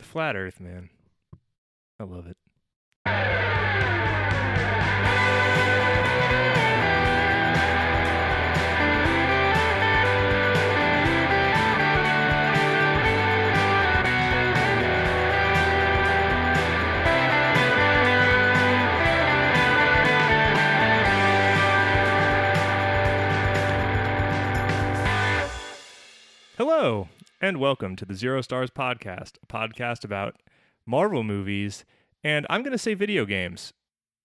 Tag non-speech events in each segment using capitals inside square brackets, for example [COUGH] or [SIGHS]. flat Earth, man. I love it. Hello, and welcome to the Zero Stars Podcast, a podcast about Marvel movies, and I'm going to say video games.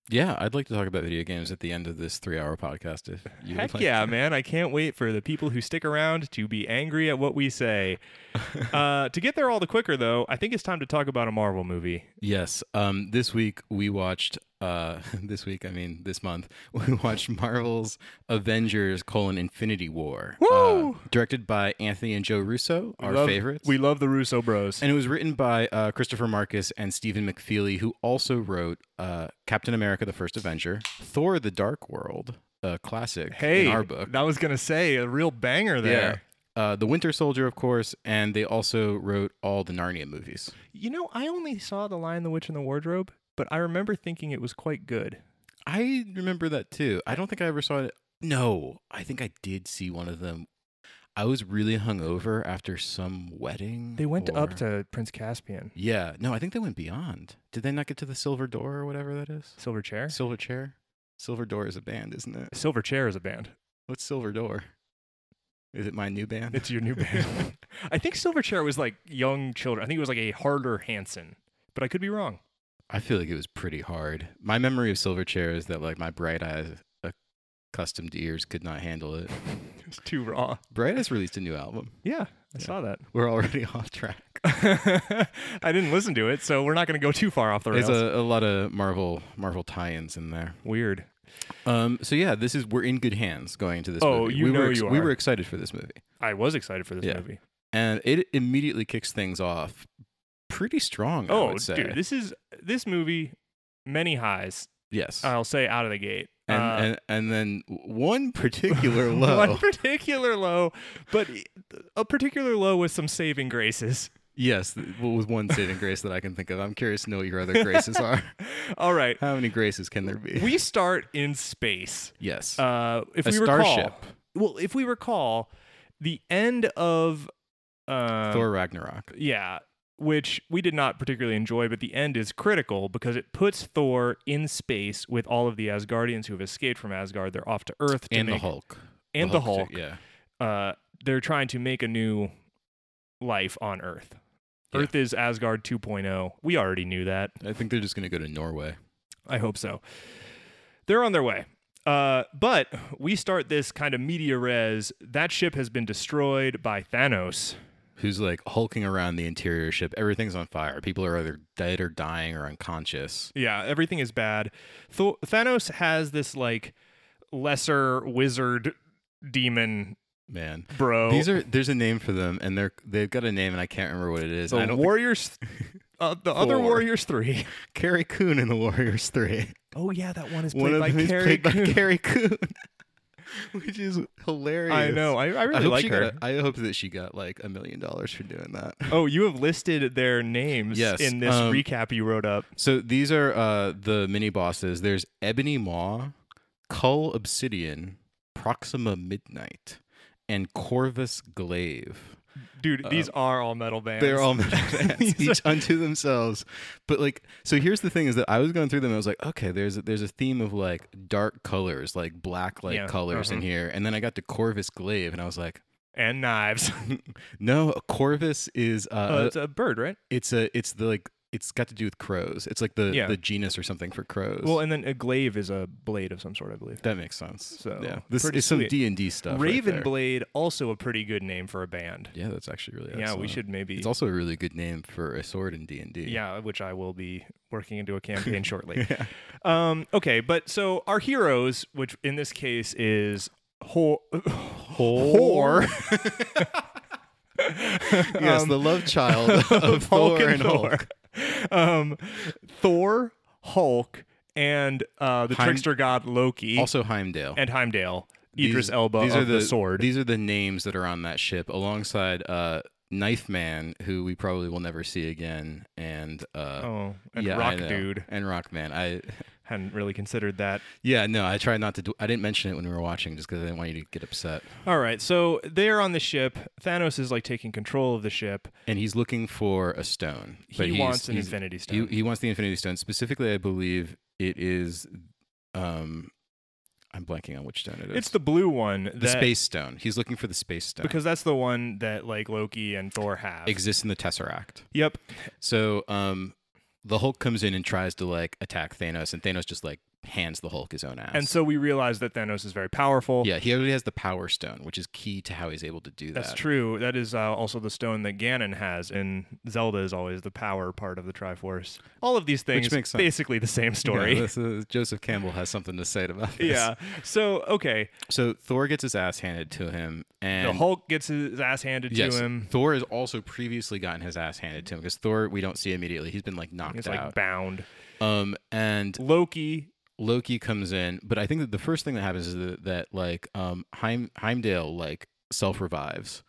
Yeah, I'd like to talk about video games at the end of this three-hour podcast. If you would Heck like. yeah, man. I can't wait for the people who stick around to be angry at what we [LAUGHS] say. uh, to get there all the quicker, though, I think it's time to talk about a Marvel movie. Yes. Um, this week we watched. Uh, [LAUGHS] this week, I mean this month, [LAUGHS] we watched Marvel's Avengers: colon Infinity War, uh, Woo! directed by Anthony and Joe Russo, our Love- favorites. We love the Russo bros. and it was written by uh, Christopher Marcus and Stephen McFeely, who also wrote uh, Captain America: The First Avenger, Thor: The Dark World, a classic hey, in our book. I was going to say a real banger there. Yeah. Uh, the Winter Soldier, of course, and they also wrote all the Narnia movies. You know, I only saw The Lion, the Witch, and the Wardrobe, but I remember thinking it was quite good. I remember that too. I don't think I ever saw it. No, I think I did see one of them. I was really hungover after some wedding. They went or- up to Prince Caspian, Yeah, no, I think they went beyond. Did they not get to the Silver Door or whatever that is? Silver Chair. Silver Chair. Silver Door is a band, isn't it? Silver Chair is a band. What's Silver Door? Is it my new band? It's [LAUGHS] your new [LAUGHS] band. I think Silverchair was like young children. I think it was like a harder Hanson, but I could be wrong. I feel like it was pretty hard. My memory of Silverchair is that like my bright eyes accustomed ears could not handle it. [LAUGHS] It's too raw. Bright Eyes released a new album. [LAUGHS] Yeah, I Yeah. saw that. [LAUGHS] We're already off track. I didn't listen to it, so we're not going to go too far off the rails. There's a, a lot of Marvel Marvel tie-ins in there. Weird. Um, so yeah, this is we're in good hands going into this. Oh, movie. you we know were ex- you We are. were excited for this movie, I was excited for this Yeah. movie. and it immediately kicks things off pretty strong. I Oh, would say. dude, this is this movie many highs. yes, I'll say out of the gate. and, Uh, [LAUGHS] and and then one particular low. One particular low, but uh, a particular low with some saving graces. [LAUGHS] Yes, th- well, with one saving grace that I can think of. I'm curious to know what your other [LAUGHS] graces are. All right. How many graces can there be? We start in space. yes, Uh, if a we starship. recall, well, if we recall, the end of uh, Thor Ragnarok. yeah, which we did not particularly enjoy, but the end is critical because it puts Thor in space with all of the Asgardians who have escaped from Asgard. They're off to Earth to And the make- Hulk. and the too, Hulk. Yeah. uh, they're trying to make a new life on Earth. Yeah. Earth is Asgard 2.0. We already knew that. I think they're just going to go to Norway. I hope so. They're on their way. Uh, but we start this kind of media res. That ship has been destroyed by Thanos. Who's like hulking around the interior ship? Everything's on fire. People are either dead or dying or unconscious. Yeah, everything is bad. Th- Thanos has this like lesser wizard demon Man, bro. these are there's a name for them, and they're they've got a name, and I can't remember what it is. and I the don't [LAUGHS] Warriors, uh, the other Four. Warriors [LAUGHS] three. think, Carrie Coon in the Warriors Three. Oh yeah, that one is One of them is Carrie played by [LAUGHS] Coon. Carrie Coon, which is hilarious. I know. I, I really hope like she her. Got a, I hope that she got like a million dollars for doing that. Oh, you have listed their names Yes, in this um, recap you wrote up. So these are uh, the mini bosses. There's Ebony Maw, Cull Obsidian, Proxima Midnight, and Corvus Glaive. Dude, these are all metal bands. uh, They're [LAUGHS] all metal bands, These each unto themselves. But like, so here's the thing: is that I was going through them. And I was like, okay, there's a, there's a theme of like dark colors, like black like Yeah, colors in mhm. here. And then I got to Corvus Glaive, and I was like, [LAUGHS] and Uh, knives. [LAUGHS] no, Corvus is uh, Uh, a- it's a bird, right? it's a it's the like it's got to do with crows. It's like the Yeah. the genus or something for crows. Well, and then a glaive is a blade of some sort, I believe. That makes sense. So, yeah, this pretty is some sweet. D and D stuff. right Raven there. Blade, also a pretty good name for a band. Yeah, that's actually really. Yeah, we excellent. should maybe. It's [LAUGHS] also a really good name for a sword in D and D. yeah, which I will be working into a campaign shortly. Um, okay, but so our heroes, which in this case is [LAUGHS] whore. whore. [LAUGHS] Yes, the love Um, [LAUGHS] child of Thor and Hulk. Thor. Um, Thor, Hulk, and uh, the Heim- trickster god Loki, Also Heimdall. and Heimdall, These- Idris Elba these of are the, sword. These are the names that are on that ship, alongside uh, Knife Man, who we probably will never see again, and uh, Oh, and yeah, I Rock know. Dude and Rock Man. I hadn't really considered that. yeah, no, I tried not to. Do, I didn't mention it when we were watching just because I didn't want you to get upset. All right, so they're on the ship. Thanos is like taking control of the ship. And he's looking for a stone. He he's- wants an he's- Infinity He, Stone. he wants the Infinity Stone. Specifically, I believe it is. Um, I'm blanking on which stone it is. it's the blue one. That, the Space Stone. He's looking for the Space [LAUGHS] Stone. because that's the one that like Loki and Thor have. exists in the Tesseract. yep. So um, the Hulk comes in and tries to like attack Thanos, and Thanos just like hands the Hulk his own ass. And so we realize that Thanos is very powerful. yeah, he already has the Power Stone, which is key to how he's able to do That's that. true. That is uh, also the stone that Ganon has, and Zelda is always the power part of the Triforce. All of these things, makes sense. basically the same story. [LAUGHS] Yeah, Yeah. this is- Joseph Campbell has something to [LAUGHS] say about this. So okay, So Thor gets his ass handed to him, and the Hulk gets his ass handed Yes, to him. Thor has also previously gotten his ass handed to him because Thor we don't see immediately. He's been like knocked He's like out. bound. um, and Loki. Loki comes in, but I think that the first thing that happens is that, that like um Heim- Heimdall like self revives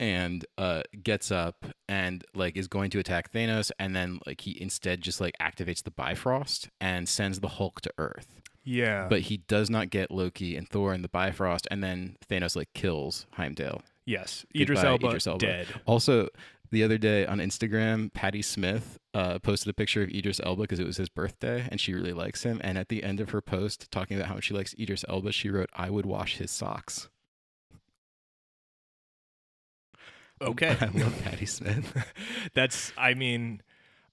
and uh gets up and like is going to attack Thanos, and then like he instead just like activates the Bifrost and sends the Hulk to Earth. Yeah. But he does not get Loki and Thor and the Bifrost, and then Thanos like kills Heimdall. yes. Idris Goodbye, Elba, Idris Elba. dead. Also, the other day on Instagram, Patty Smith uh, posted a picture of Idris Elba because it was his birthday and she really likes him. And at the end of her post, talking about how much she likes Idris Elba, she wrote, I would wash his socks. Okay. [LAUGHS] [LAUGHS] I love Patty Smith. [LAUGHS] That's. I mean,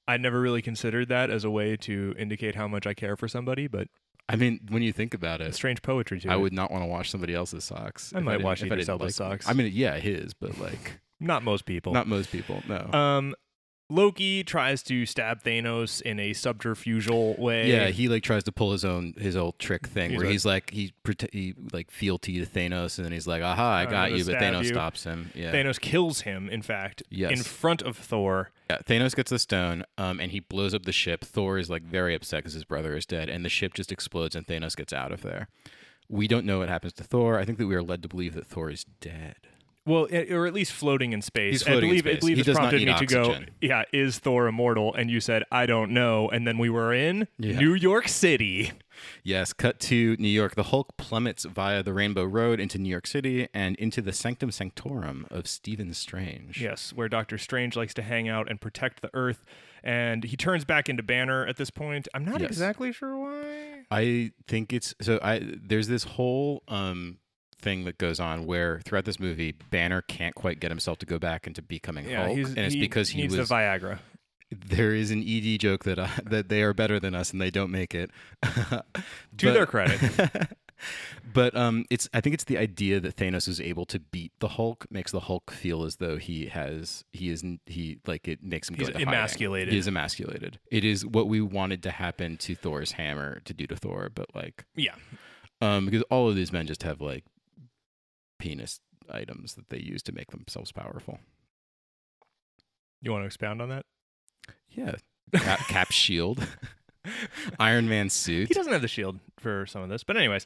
I never really considered that as a way to indicate how much I care for somebody, but I mean, when you think about it, strange poetry to I it. would not want to wash somebody else's socks. I if might didn't- wash if I Idris didn't Elba's like them. socks. I mean, yeah, his, but like, Not most people. not most people. No. Um, Loki tries to stab Thanos in a subterfugal way. Yeah, he like tries to pull his own his old trick thing He's where like- he's like he, prote- he like fealty to Thanos and then he's like, "Aha, I I'm got gonna you," but stab Thanos you. stops him. Yeah. Thanos kills him, in fact, Yes. in front of Thor. yeah, Thanos gets the stone, um, and he blows up the ship. Thor is like very upset because his brother is dead, and the ship just explodes, and Thanos gets out of there. We don't know what happens to Thor. I think that we are led to believe that Thor is dead. Well, i- or at least floating in space. He's floating I in believe, I space. believe He this does not prompted need me to go, oxygen. yeah, is Thor immortal? And you said, I don't know. And then we were in Yeah. New York City. Yes, cut to New York. The Hulk plummets via the Rainbow Road into New York City and into the Sanctum Sanctorum of Stephen Strange. Yes, where Doctor Strange likes to hang out and protect the Earth. And he turns back into Banner at this point. I'm not Yes. exactly sure why. I think it's so. I there's this whole um thing that goes on where throughout this movie, Banner can't quite get himself to go back into becoming Yeah, Hulk, he's, and it's he because he needs was. the Viagra. there is an ED joke that I, [LAUGHS] that they are better than us and they don't make it. [LAUGHS] to To their credit. [LAUGHS] [LAUGHS] But um, it's I think it's the idea that Thanos was able to beat the Hulk makes the Hulk feel as though he has he is he like it makes him He's go into hiding. emasculated. He is emasculated. It is what we wanted to happen to Thor's hammer to do to Thor, but like Yeah. um, because all of these men just have like penis items that they use to make themselves powerful. You want to expound on that? Yeah, cap, [LAUGHS] cap shield, Iron Man suit. He doesn't have the shield for some of this, but anyways,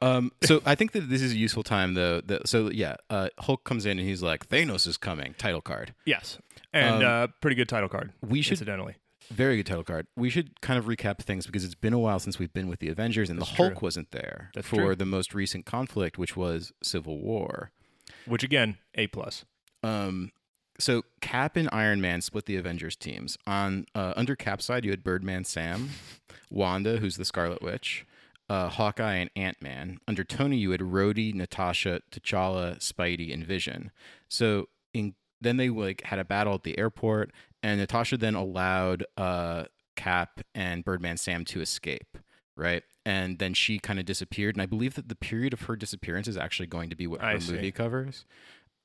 Um, so I think that this is a useful time though. That, so yeah, uh, Hulk comes in and he's like, "Thanos is coming." Title card. yes, and Um, uh, pretty good title card. We should incidentally, very good title card. We should kind of recap things because it's been a while since we've been with the Avengers, and That's the Hulk true. wasn't there That's for true. the most recent conflict, which was Civil War. which again, a plus. Um, so Cap and Iron Man split the Avengers teams. On uh, under Cap's side, you had Birdman Sam, Wanda, who's the Scarlet Witch, uh, Hawkeye, and Ant Man. Under Tony, you had Rhodey, Natasha, T'Challa, Spidey, and Vision. So in then they like had a battle at the airport, and Natasha then allowed uh, Cap and Birdman Sam to escape. Right, and then she kind of disappeared, and I believe that the period of her disappearance is actually going to be what her I see. movie covers.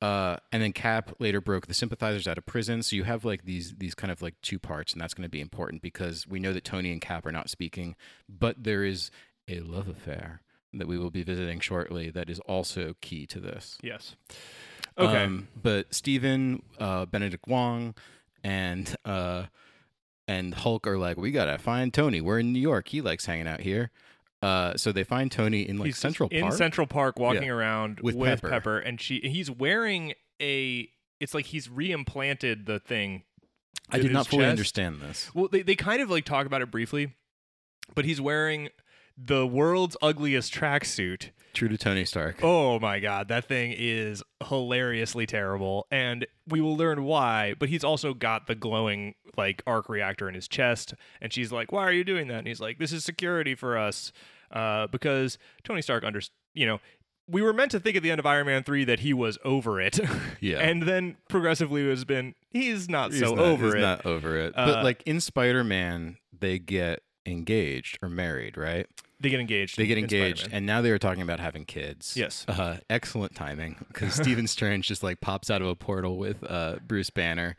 Uh, and then Cap later broke the sympathizers out of prison. So you have like these these kind of like two parts, and that's going to be important because we know that Tony and Cap are not speaking, but there is a love affair that we will be visiting shortly that is also key to this. Yes. Okay. Um, but Steven, uh, Benedict Wong, and uh, and Hulk are like, we gotta find Tony. We're in New York. He likes hanging out here. Uh, so they find Tony in like He's Central in Park. Central Park, walking around With with Pepper. Pepper, and she he's wearing a it's like he's reimplanted the thing. I in did his not fully chest. understand this. Well, they, they kind of like talk about it briefly, but he's wearing the world's ugliest tracksuit. True to Tony Stark. Oh my god, that thing is hilariously terrible, and we will learn why. But he's also got the glowing like arc reactor in his chest, and she's like, "Why are you doing that?" And he's like, "This is security for us, uh, because Tony Stark under you know." We were meant to think at the end of Iron Man 3 that he was over it. [LAUGHS] Yeah. And then progressively it has been, he's not He's so not- over he's it. not over it. Uh, but like in Spider Man, they get engaged or married, right? They get engaged. They get in engaged, Spider-Man. and now they were talking about having kids. Yes. Uh, excellent timing [LAUGHS] because Stephen Strange just like pops out of a portal with uh, Bruce Banner,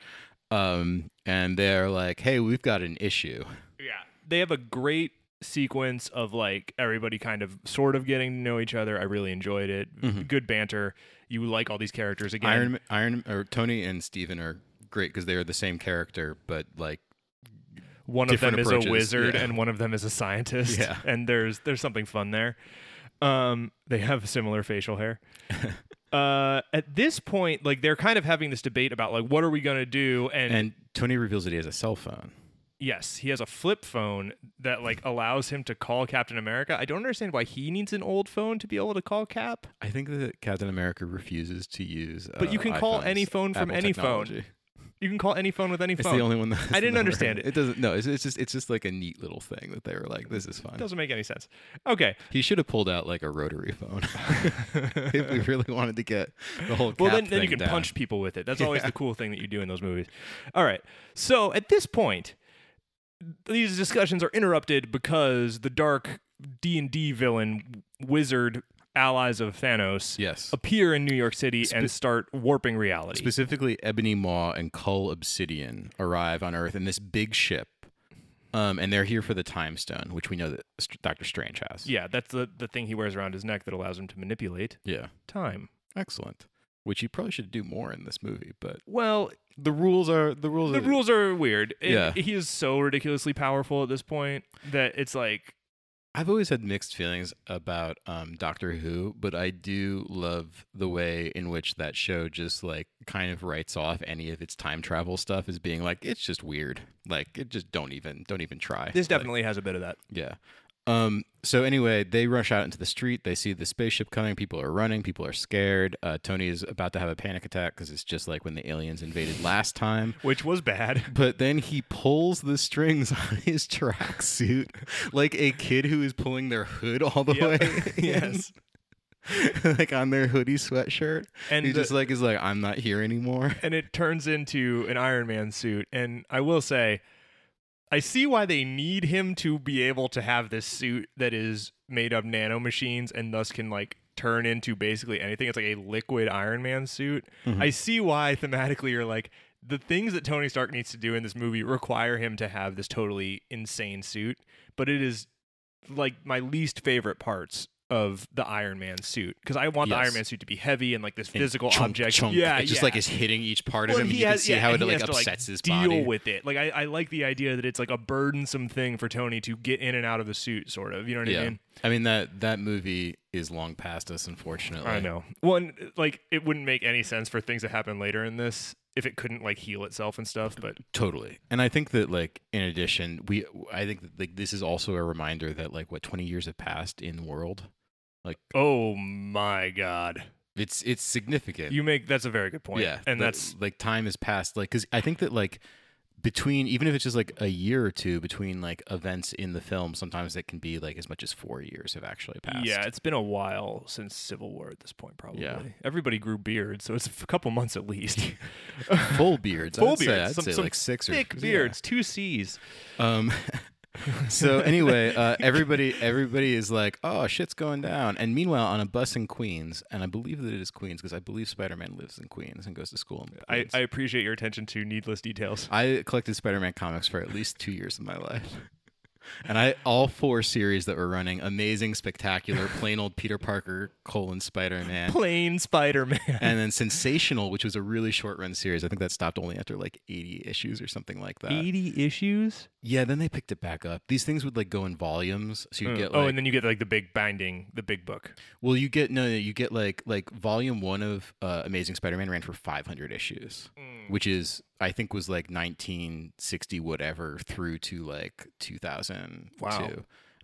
um, and they're like, "Hey, we've got an issue." Yeah. They have a great sequence of like everybody kind of sort of getting to know each other. I really enjoyed it. Good banter. You like all these characters again. Mm-hmm. Iron, Iron, or Tony and Stephen are great because they are the same character, but like, one of them different is a approaches, wizard yeah. and one of them is a scientist. Yeah. [LAUGHS] And there's there's something fun there. Um they have similar facial [LAUGHS] hair. uh at this point like they're kind of having this debate about like what are we going to do and, and Tony reveals that he has a cell phone. yes, he has a flip phone that like allows him to call Captain America. I don't understand why he needs an old phone to be able to call Cap. I think that Captain America refuses to use. But you uh, can call any iPhones, phone from Apple any phone. technology. You can call any phone with any It's phone. the only one that I didn't understand it. It doesn't. No, it's, it's just it's just like a neat little thing that they were like, "This is fine." Doesn't make any sense. Okay. He should have pulled out like a rotary [LAUGHS] phone if we really wanted to get the whole. Well, cap then, then you can thing down. punch people with it. That's [LAUGHS] always the cool thing that you do in those movies. All right. So at this point, these discussions are interrupted because the dark D and D villain wizard allies of Thanos Yes, appear in New York City and start warping reality. specifically Ebony Maw and Cull Obsidian arrive on Earth in this big ship, um, and they're here for the Time Stone, which we know that Doctor Strange has. yeah, that's the the thing he wears around his neck that allows him to manipulate yeah, time. excellent. Which you probably should do more in this movie, but Well, the rules are the rules. the are, rules are weird. It- Yeah. he is so ridiculously powerful at this point that it's like I've always had mixed feelings about um, Doctor Who, but I do love the way in which that show just like kind of writes off any of its time travel stuff as being like it's just weird. Like it just don't even don't even try. This Like, definitely has a bit of that. yeah. Um, so anyway, they rush out into the street. They see the spaceship coming. People are running. People are scared. Uh, Tony is about to have a panic attack because it's just like when the aliens invaded last time. Which was bad. But then he pulls the strings [LAUGHS] on his tracksuit like a kid who is pulling their hood all the Yep. [LAUGHS] way. in. Yes. [LAUGHS] like on their hoodie sweatshirt. And And he the- just like is like, I'm not here anymore. And it turns into an Iron Man suit. And I will say, I see why they need him to be able to have this suit that is made of nano machines and thus can like turn into basically anything. It's like a liquid Iron Man suit. Mm-hmm. I see why thematically you're like, the things that Tony Stark needs to do in this movie require him to have this totally insane suit, but it is like my least favorite parts of the Iron Man suit because I want the Yes. Iron Man suit to be heavy and like this And physical chunk, object. chunk, yeah, it just yeah. like is hitting each part of Well, him. and he you has- can see yeah, how it he like has to, upsets his deal body. with it. Like I, I like the idea that it's like a burdensome thing for Tony to get in and out of the suit, sort of. You know what I yeah. mean? I mean that that movie is long past us, unfortunately. I know. Well, and, like it wouldn't make any sense for things that happen later in this if it couldn't like heal itself and stuff. But Totally. And I think that like in addition, we I think that like this is also a reminder that like what 20 years have passed in the world. oh my god, It's it's significant. you make that's a very good point. Yeah. and that- that's like time has passed like cuz I think that like between even if it's just like a year or two between like events in the film, sometimes that can be like as much as 4 years have actually passed. yeah. It's been a while since Civil War at this point, probably. Yeah. Everybody grew beards, so it's a couple months at least. [LAUGHS] Full beards. Full [LAUGHS] I'd say- beards, I'd some- say some like 6 or Thick yeah. beards, two C's. Um, [LAUGHS] so anyway, uh, everybody everybody is like, "Oh, shit's going down." And meanwhile, on a bus in Queens, and I believe that it is Queens because I believe Spider-Man lives in Queens and goes to school. In I, Queens. I appreciate your attention to needless details. I collected Spider-Man comics for at least two years of my life. And I all four series that were running, amazing, spectacular, plain old Peter Parker colon Spider Man, Plain Spider [LAUGHS] Man. and then Sensational, which was a really short run series. I think that stopped only after like eighty issues or something like that. 80 issues? Yeah, then they picked it back up. These things would like go in volumes, so you would get like oh, and then you get like the big binding, the big book. well, you get no, no, you get like like volume one of uh, Amazing Spider Man ran for five hundred issues, Mm. which is I think was like nineteen sixty whatever through to like two thousand two, Wow.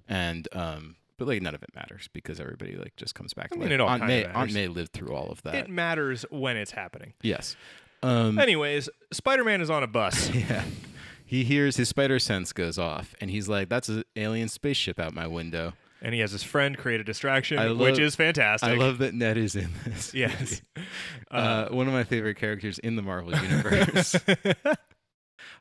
and um, but like none of it matters because everybody like just comes back. to I life. mean, it all Aunt kinda May Aunt matters. May lived through all of that. It matters when it's happening. yes. Um, [LAUGHS] Anyways, Spider Man is on a bus. Yeah. He hears his spider sense goes off, and he's like, "That's an alien spaceship out my window." and he has his friend create a distraction, I love- which is fantastic. I love that Ned is in this. [LAUGHS] Yes. Uh, one of my favorite characters in the Marvel [LAUGHS] universe. [LAUGHS]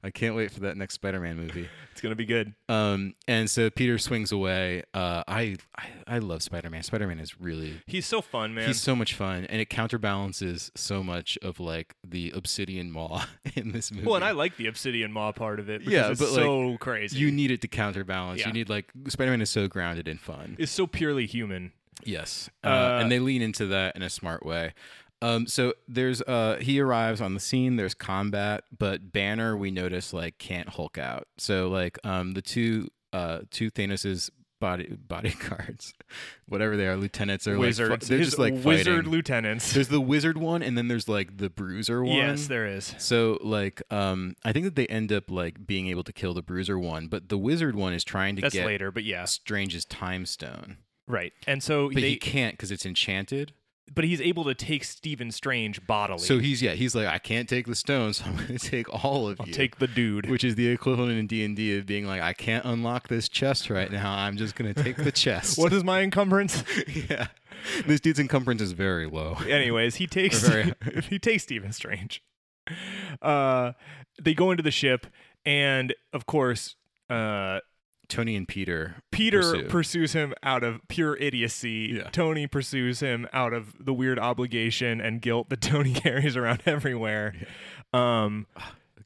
I can't wait for that next Spider-Man movie. It's gonna be good. Um, and so Peter swings away. Uh, I, I I love Spider-Man. Spider-Man is really He's so fun, man. he's so much fun, and it counterbalances so much of like the Obsidian Maw [LAUGHS] in this movie. well, and I like the obsidian maw part of it. Because Yeah, it's but, like, so crazy. you need it to counterbalance. Yeah. You need like Spider-Man is so grounded and fun. it's so purely human. Yes, uh, Uh, and they lean into that in a smart way. Um, so there's uh, he arrives on the scene. There's combat, but Banner we notice like can't Hulk out. So like um, the two uh, two Thanos's body bodyguards, [LAUGHS] whatever they are, lieutenants are Wizards, Like, fi- they're His just like wizard fighting. lieutenants. there's the wizard one, and then there's like the bruiser one. Yes, there is. So like um, I think that they end up like being able to kill the bruiser one, but the wizard one is trying to That's get later, but yeah, Strange's time stone, right. And so but they, he can't because it's enchanted. but he's able to take Stephen Strange bodily. So he's yeah, he's like, I can't take the stone, so I'm going to [LAUGHS] take all of I'll you. take [LAUGHS] the dude. which is the equivalent in D and D of being like, I can't unlock this chest right now. I'm just going to take the [LAUGHS] chest. [LAUGHS] what is my encumbrance? [LAUGHS] yeah, this dude's encumbrance is very low. Anyways, he takes We're [LAUGHS] he takes Stephen Strange. Uh, they go into the ship, and of course, uh, Tony and Peter. Peter pursue. pursues him out of pure idiocy. Yeah. Tony pursues him out of the weird obligation and guilt that [LAUGHS] Tony carries around everywhere. Um,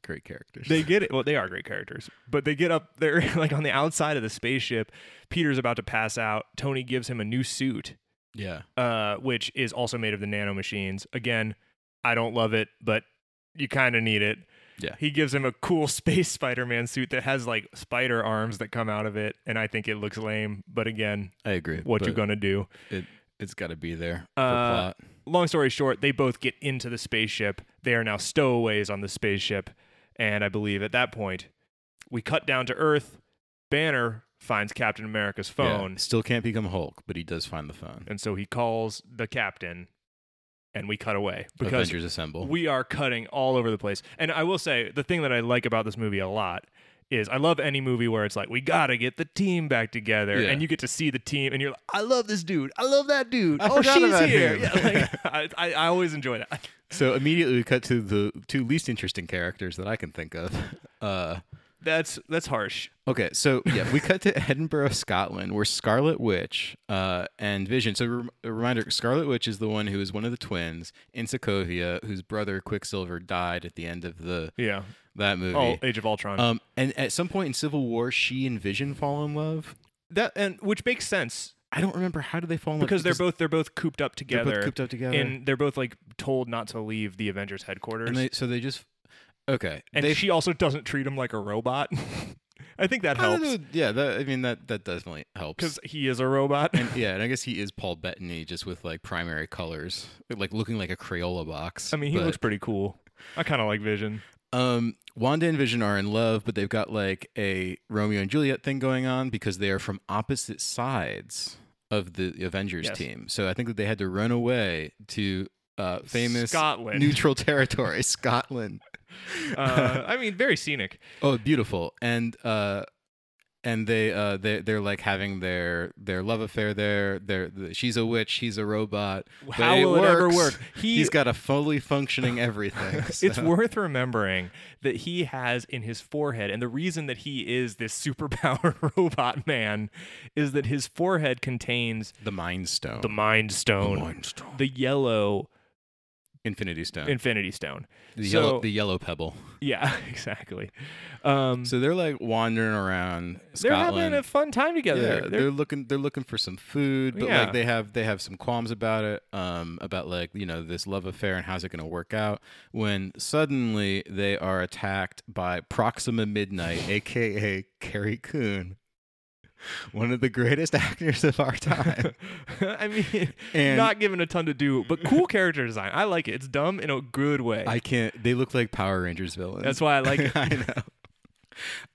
Great characters. they get it. Well, they are great characters, but they get up there [LAUGHS] like on the outside of the spaceship. Peter's about to pass out. Tony gives him a new suit, yeah, uh, which is also made of the nano machines. Again, I don't love it, but you kind of need it. Yeah. He gives him a cool [LAUGHS] space Spider-Man suit that has like spider arms that come out of it, and I think it looks lame. But again, I agree. what you but gonna do. It, it's got to be there. for Uh, plot. Long story short, they both get into the spaceship. They are now stowaways on the spaceship, and I believe at that point, we cut down to Earth. Banner finds Captain America's Yeah. phone, Still can't become Hulk, but he does find the phone. and so he calls the captain, and we cut away because Avengers assemble. we are cutting all over the place. And I will say, the thing that I like about this movie a lot is I love any movie where it's like, we got to get the team back together. Yeah. And you get to see the team and you're like, I love this dude. I love that dude. I oh, forgot she's about here. him. [LAUGHS] Yeah, [LAUGHS] like, I, I, I always enjoy that. [LAUGHS] so immediately we cut to the two least interesting characters that I can think of. Uh, That's, that's harsh. Okay, so yeah, we cut to Edinburgh, Scotland, where Scarlet Witch uh, and Vision. So, rem- a reminder Scarlet Witch is the one who is one of the twins in Sokovia, whose brother Quicksilver died at the end of the Yeah. that movie. Oh, Age of Ultron. Um, and at some point in Civil War, she and Vision fall in love. that, and which makes sense I don't remember how do they fall in because love they're both, they're both cooped up they're together both cooped up together. and they're both like told not to leave the Avengers headquarters. And they, so they just okay. And they she also doesn't treat him like a robot. [LAUGHS] I think that [LAUGHS] I don't helps know, yeah, that, I mean that that definitely helps. because he is a robot. [LAUGHS] yeah, and I guess he is Paul Bettany, just with like primary colors, like looking like a Crayola box. I mean, he but, looks pretty cool. I kind of like [LAUGHS] Vision. Um, Wanda and Vision are in love, but they've got like a Romeo and Juliet thing going on because they are from opposite sides of the Avengers Yes. team. So I think that they had to run away to uh, famous Scotland. [LAUGHS] neutral territory, Scotland. Uh, I mean, very scenic. Oh, beautiful. And uh and they uh they they're like having their their love affair there. They're the, she's a witch, he's a robot. But How will it ever works. [LAUGHS] work? He- He's got a fully functioning everything. [LAUGHS] It's so- worth remembering that he has in his forehead, and the reason that he is this superpower [LAUGHS] robot man is that his forehead contains Oh the mind stone. the Mind Stone, stone. the yellow Infinity Stone. Infinity Stone. the, so- yellow, the yellow pebble. Yeah, [LAUGHS] exactly. Um, So they're like wandering around they're Scotland. having a fun time together. yeah, They're- they're, looking they're looking for some food, but Yeah. like they have they have some qualms about it, um, about like you know this love affair and how's it going to work out. When suddenly they are attacked by Proxima Midnight, aka Carrie Coon, one of the greatest [LAUGHS] actors of our time. I mean, [LAUGHS] And- not given a ton to do, but cool character design. I like it. It's dumb in a good way. I can't. They look like Power Rangers villains. That's why I like it. [LAUGHS] I know.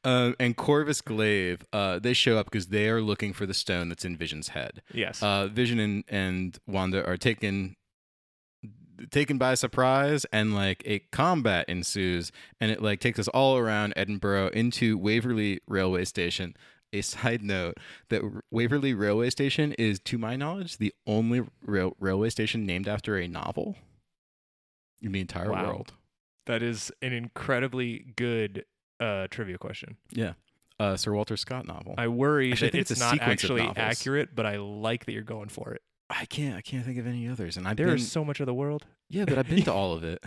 Um, and Corvus Glaive, uh, they show up because they are looking for the stone that's in Vision's head. yes. Uh, Vision and, and Wanda are taken taken by surprise, and like a combat ensues, and it like takes us all around Edinburgh into Waverley Railway Station. A side note that R- Waverley Railway Station is, to my knowledge, the only rail- railway station named after a novel in the entire Wow. world. that is an incredibly good uh, trivia question. Yeah. Uh, Sir Walter Scott novel. I, I worry Actually, I that think it's, it's a not sequence of actually novels. accurate, but I like that you're going for it. can't. I can't think of any others. And I've There been, is so much of the world. [LAUGHS] Yeah, but I've been [LAUGHS] to all of it.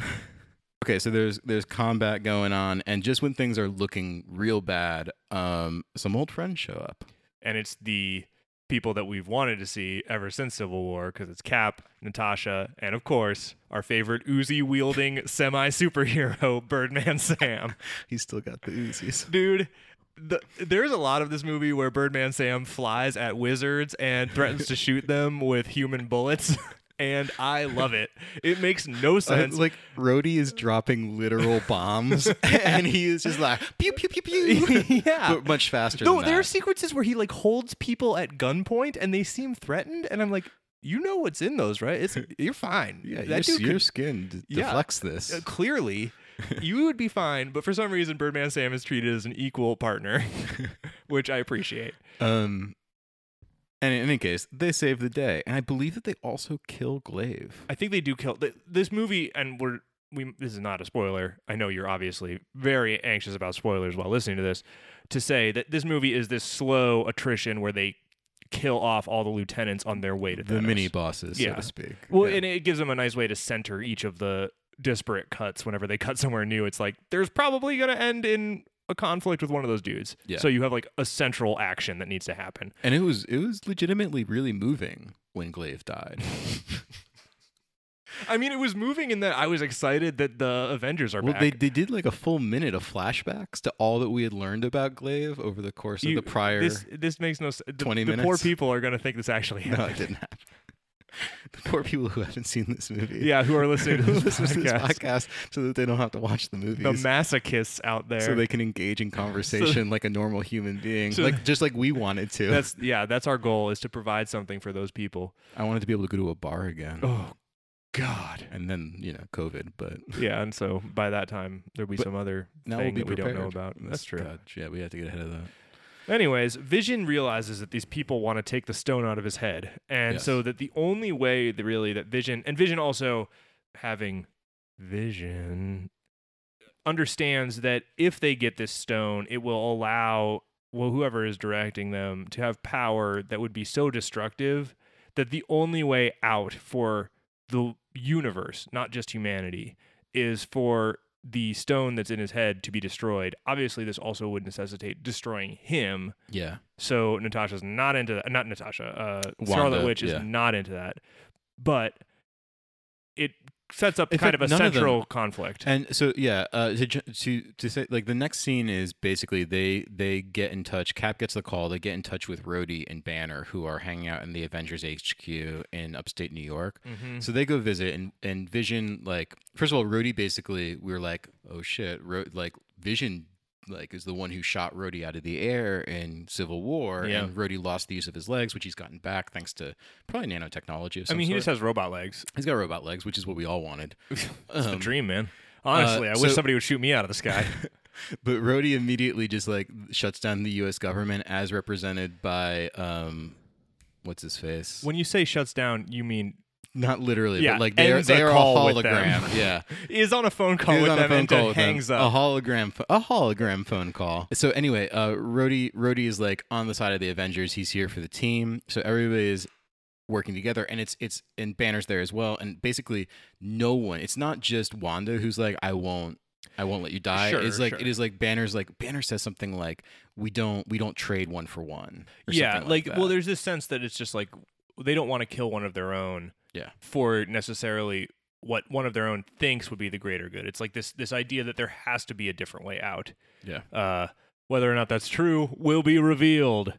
okay, so there's there's combat going on, and just when things are looking real bad, um, some old friends show up. and it's the people that we've wanted to see ever since Civil War because it's Cap, Natasha, and of course our favorite Uzi wielding [LAUGHS] semi superhero Birdman Sam. He's still got the [LAUGHS] Uzis. Dude, the, there's a lot of this movie where Birdman Sam flies at wizards and threatens to shoot them with human bullets. [LAUGHS] And I love it. It makes no sense. Uh, like Rhodey is dropping literal [LAUGHS] bombs, and he is just like pew pew pew pew, [LAUGHS] yeah. but much faster. No, than there are that. sequences where he like holds people at gunpoint and they seem threatened, and I'm like, you know what's in those, right? [LAUGHS] It's you're fine. Yeah, that your, dude your could- skin d- Yeah. deflects this. uh, [LAUGHS] clearly you would be fine, but for some reason, Birdman Sam is treated as an equal partner, [LAUGHS] which I appreciate. Um, and in any case, they save the day, and I believe that they also kill Glaive. I think they do kill th- this movie, and we're we this is not a spoiler. I know you're obviously very anxious about spoilers while listening to this. To say that this movie is this slow attrition where they kill off all the lieutenants on their way to The Thanos. mini bosses, so Yeah. to speak. Well, Yeah. and it gives them a nice way to center each of the disparate cuts whenever they cut somewhere new. It's like there's probably going to end in a conflict with one of those dudes. Yeah. So you have like a central action that needs to happen. And it was it was legitimately really moving when Glaive [LAUGHS] died. I mean, it was moving in that I was excited that the Avengers are well, back. they they did like a full minute of flashbacks to all that we had learned about Glaive over the course You- of the prior. this this makes no sense. 20 the poor minutes. people are going to think this actually [LAUGHS] no, happened. it didn't happen. the poor people who haven't seen this movie. [LAUGHS] Yeah, who are listening to this, Listen to podcast. this podcast so that they don't have to watch the The movies. masochists out there. so they can engage in conversation like a normal human being, so- like just like we wanted to. that's yeah, that's our goal is to provide something for those people. I wanted to be able to go to a bar again, Oh god. and then you know COVID, but yeah, and so by that time there'll be But some other now thing we'll that be we prepared. don't know about. That's, true. God, yeah, we have to get ahead of that. Anyways, Vision realizes that these people want to take the stone out of his head, and Yes. so that the only way that really that Vision and Vision also having Vision understands that if they get this stone, it will allow well whoever is directing them to have power that would be so destructive that the only way out for the universe, not just humanity, is for the stone that's in his head to be destroyed. Obviously, this also would necessitate destroying him. Yeah, So Natasha's not into that. Not Natasha. Uh, Wanda, Scarlet Witch yeah. is not into that. But it sets up In kind of fact, a none of them- central conflict. And so yeah, uh, to ju- to to say like the next scene is basically they they get in touch. Cap gets the call. They get in touch with Rhodey and Banner, who are hanging out in the Avengers HQ in upstate New York. Mhm. So they go visit and and Vision like first of all, Rhodey basically we are like oh shit, Ro- like Vision like is the one who shot Rhodey out of the air in Civil War, Yeah. and Rhodey lost the use of his legs, which he's gotten back thanks to probably nanotechnology. Of I some mean, he sort. just has robot legs. he's got robot legs, which is what we all wanted. It's the Um, dream, man. Honestly, I so- wish somebody would shoot me out of the [LAUGHS] sky. But Rhodey immediately just like shuts down the U.S. government as represented by um, what's his face? when you say shuts down, you mean Not literally, Yeah, but like they're ends a they're a, call with them. hologram. yeah, is on a phone call He was with on a them phone and call then with them. hangs up. A hologram, ph- a hologram phone call. So anyway, uh, Rhodey Rhodey is like on the side of the Avengers. He's here for the team. So everybody is working together and it's it's and banners there as well and basically no one it's not just wanda who's like i won't i won't let you die Sure, it's like sure. it is like banners like banner says something like we don't we don't trade one for one or yeah, something like, like well, that. there's this sense that it's just like they don't want to kill one of their own. Yeah. For necessarily what one of their own thinks would be the greater good. It's like this this idea that there has to be a different way out. yeah Uh, whether or not that's true will be revealed.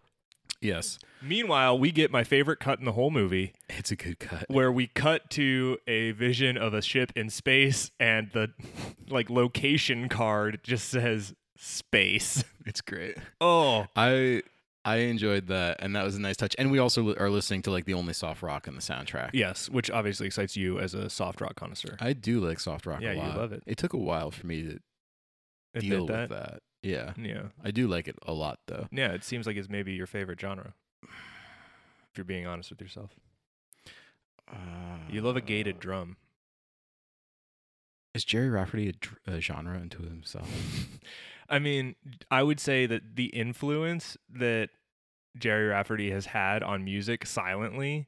yes Meanwhile, we get my favorite cut in the whole movie, it's a good cut [LAUGHS] where we cut to a vision of a ship in space, and the [LAUGHS] like location card just says space. it's great Oh, i i enjoyed that and that was a nice touch and we also are listening to like the only soft rock in the soundtrack yes, which obviously excites you as a soft rock connoisseur. i do like soft rock Yeah, a you lot love it. it took a while for me to Admit deal with that yeah Yeah, i do like it a lot though yeah. It seems like it's maybe your favorite genre. If you're being honest with yourself, you love a Uh. gated drum. Is Jerry Rafferty a, dr- a genre unto [LAUGHS] himself? I mean, I would say that the influence that Jerry Rafferty has had on music silently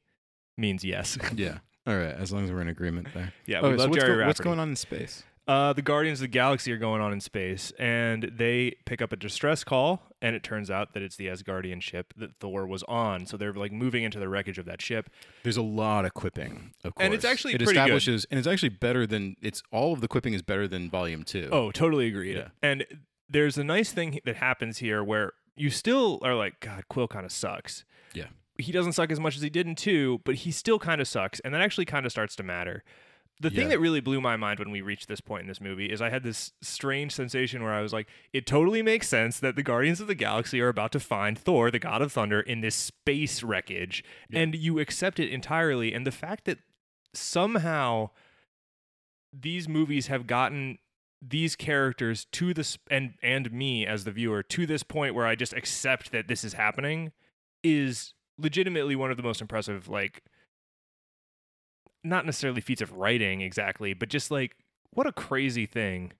means yes. [LAUGHS] yeah. All right. As long as we're in agreement there. yeah, Oh, we so love what's, Jerry go- Rafferty. what's going on in space? Uh, the Guardians of the Galaxy are going on in space, and they pick up a distress call, and it turns out that it's the Asgardian ship that Thor was on. So they're like moving into the wreckage of that ship. There's a lot of quipping, of course. And it's actually it pretty good. establishes, and it's actually better than it's all of the quipping is better than volume two. Oh, totally agreed. Yeah. And there's a nice thing that happens here where you still are like, God, Quill kind of sucks. Yeah. He doesn't suck as much as he did in two, but he still kind of sucks. And that actually kind of starts to matter. The thing Yeah. that really blew my mind when we reached this point in this movie is I had this strange sensation where I was like, it totally makes sense that the Guardians of the Galaxy are about to find Thor, the god of thunder, in this space wreckage. And you accept it entirely. And the fact that somehow these movies have gotten these characters to this and and me as the viewer to this point where I just accept that this is happening is legitimately one of the most impressive like not necessarily feats of writing exactly but just like what a crazy thing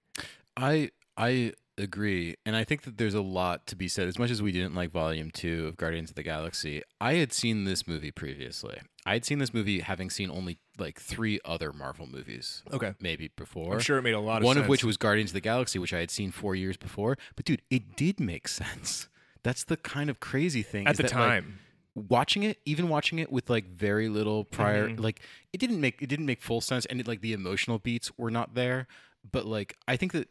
I I agree, and I think that there's a lot to be said. As much as we didn't like Volume Two of Guardians of the Galaxy, I had seen this movie previously. I had seen this movie having seen only like three other Marvel movies, okay maybe before. I'm sure it made a lot of one sense of which was Guardians of the Galaxy, which I had seen four years before. But dude, it did make sense. That's the kind of crazy thing at is the that, like, time watching it, even watching it with like very little prior, Mhm. like it didn't make it didn't make full sense, and it, like the emotional beats were not there. But like I think that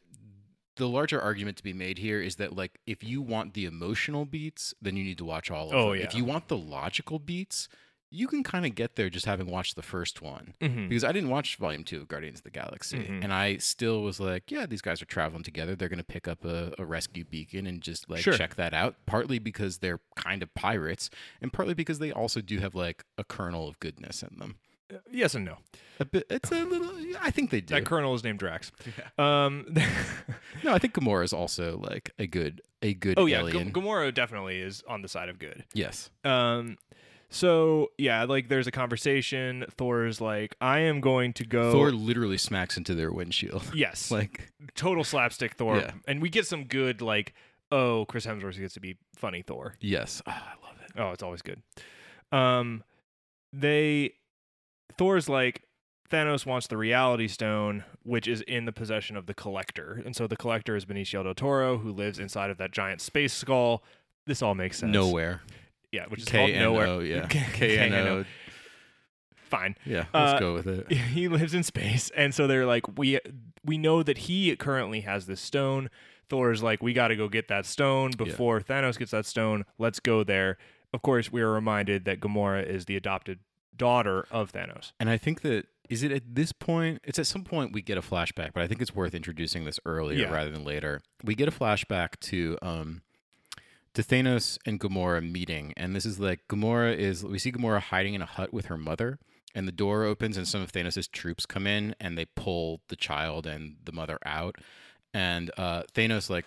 the larger argument to be made here is that like if you want the emotional beats, then you need to watch all of Oh, them. If yeah. you want the logical beats, you can kind of get there just having watched the first one Mhm. because I didn't watch Volume Two of Guardians of the Galaxy, Mhm. and I still was like, yeah, these guys are traveling together. They're going to pick up a, a rescue beacon and just like Sure. check that out. Partly because they're kind of pirates, and partly because they also do have like a kernel of goodness in them. yes and no A bit, it's a little. I think they do. that colonel is named [LAUGHS] Drax um [LAUGHS] no, I think Gamora is also like a good, a good. oh yeah G- alien. Gamora definitely is on the side of good yes. Um, so yeah, like there's a conversation. Thor's like, I am going to go. Thor literally smacks into their windshield. [LAUGHS] yes, like total slapstick Thor, Yeah. and we get some good like, oh, Chris Hemsworth gets to be funny Thor. yes, Ah, I love it. Oh, it's always good. Um, they Thor's like. Thanos wants the Reality Stone, which is in the possession of the Collector, and so the Collector is Benicio del Toro, who lives inside of that giant space skull. This all makes sense. [LAUGHS] Nowhere. yeah, which is called K-N-O, nowhere. [LAUGHS] Yeah. K-N-O. Fine. Yeah. Let's Uh, go with it. [LAUGHS] he lives in space and so they're like we we know that he currently has this stone thor's like we got to go get that stone before thanos gets that stone let's go there of course we are reminded that gamora is the adopted daughter of thanos [LAUGHS] And I think that is it at this point. It's at some point we get a flashback, but I think it's worth introducing this earlier Yeah. rather than later. We get a flashback to um to Thanos and Gamora meeting, and this is like Gamora is. We see Gamora hiding in a hut with her mother, and the door opens, and some of Thanos' troops come in, and they pull the child and the mother out, and uh Thanos like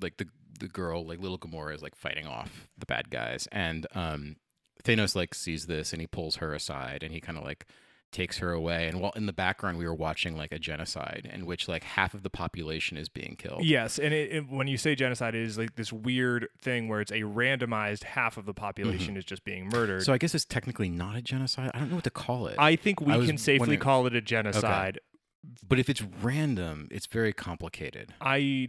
like the the girl like little Gamora is like fighting off the bad guys, and um Thanos like sees this and he pulls her aside and he kind of like takes her away. And while in the background, we were watching like a genocide in which like half of the population is being killed. Yes, and it, it- when you say genocide, it is like this weird thing where it's a randomized half of the population is just being murdered. Mm-hmm. So I guess it's technically not a genocide. I don't know what to call it. I think we I was can safely wondering- call it a genocide. but if it's random, it's very complicated. I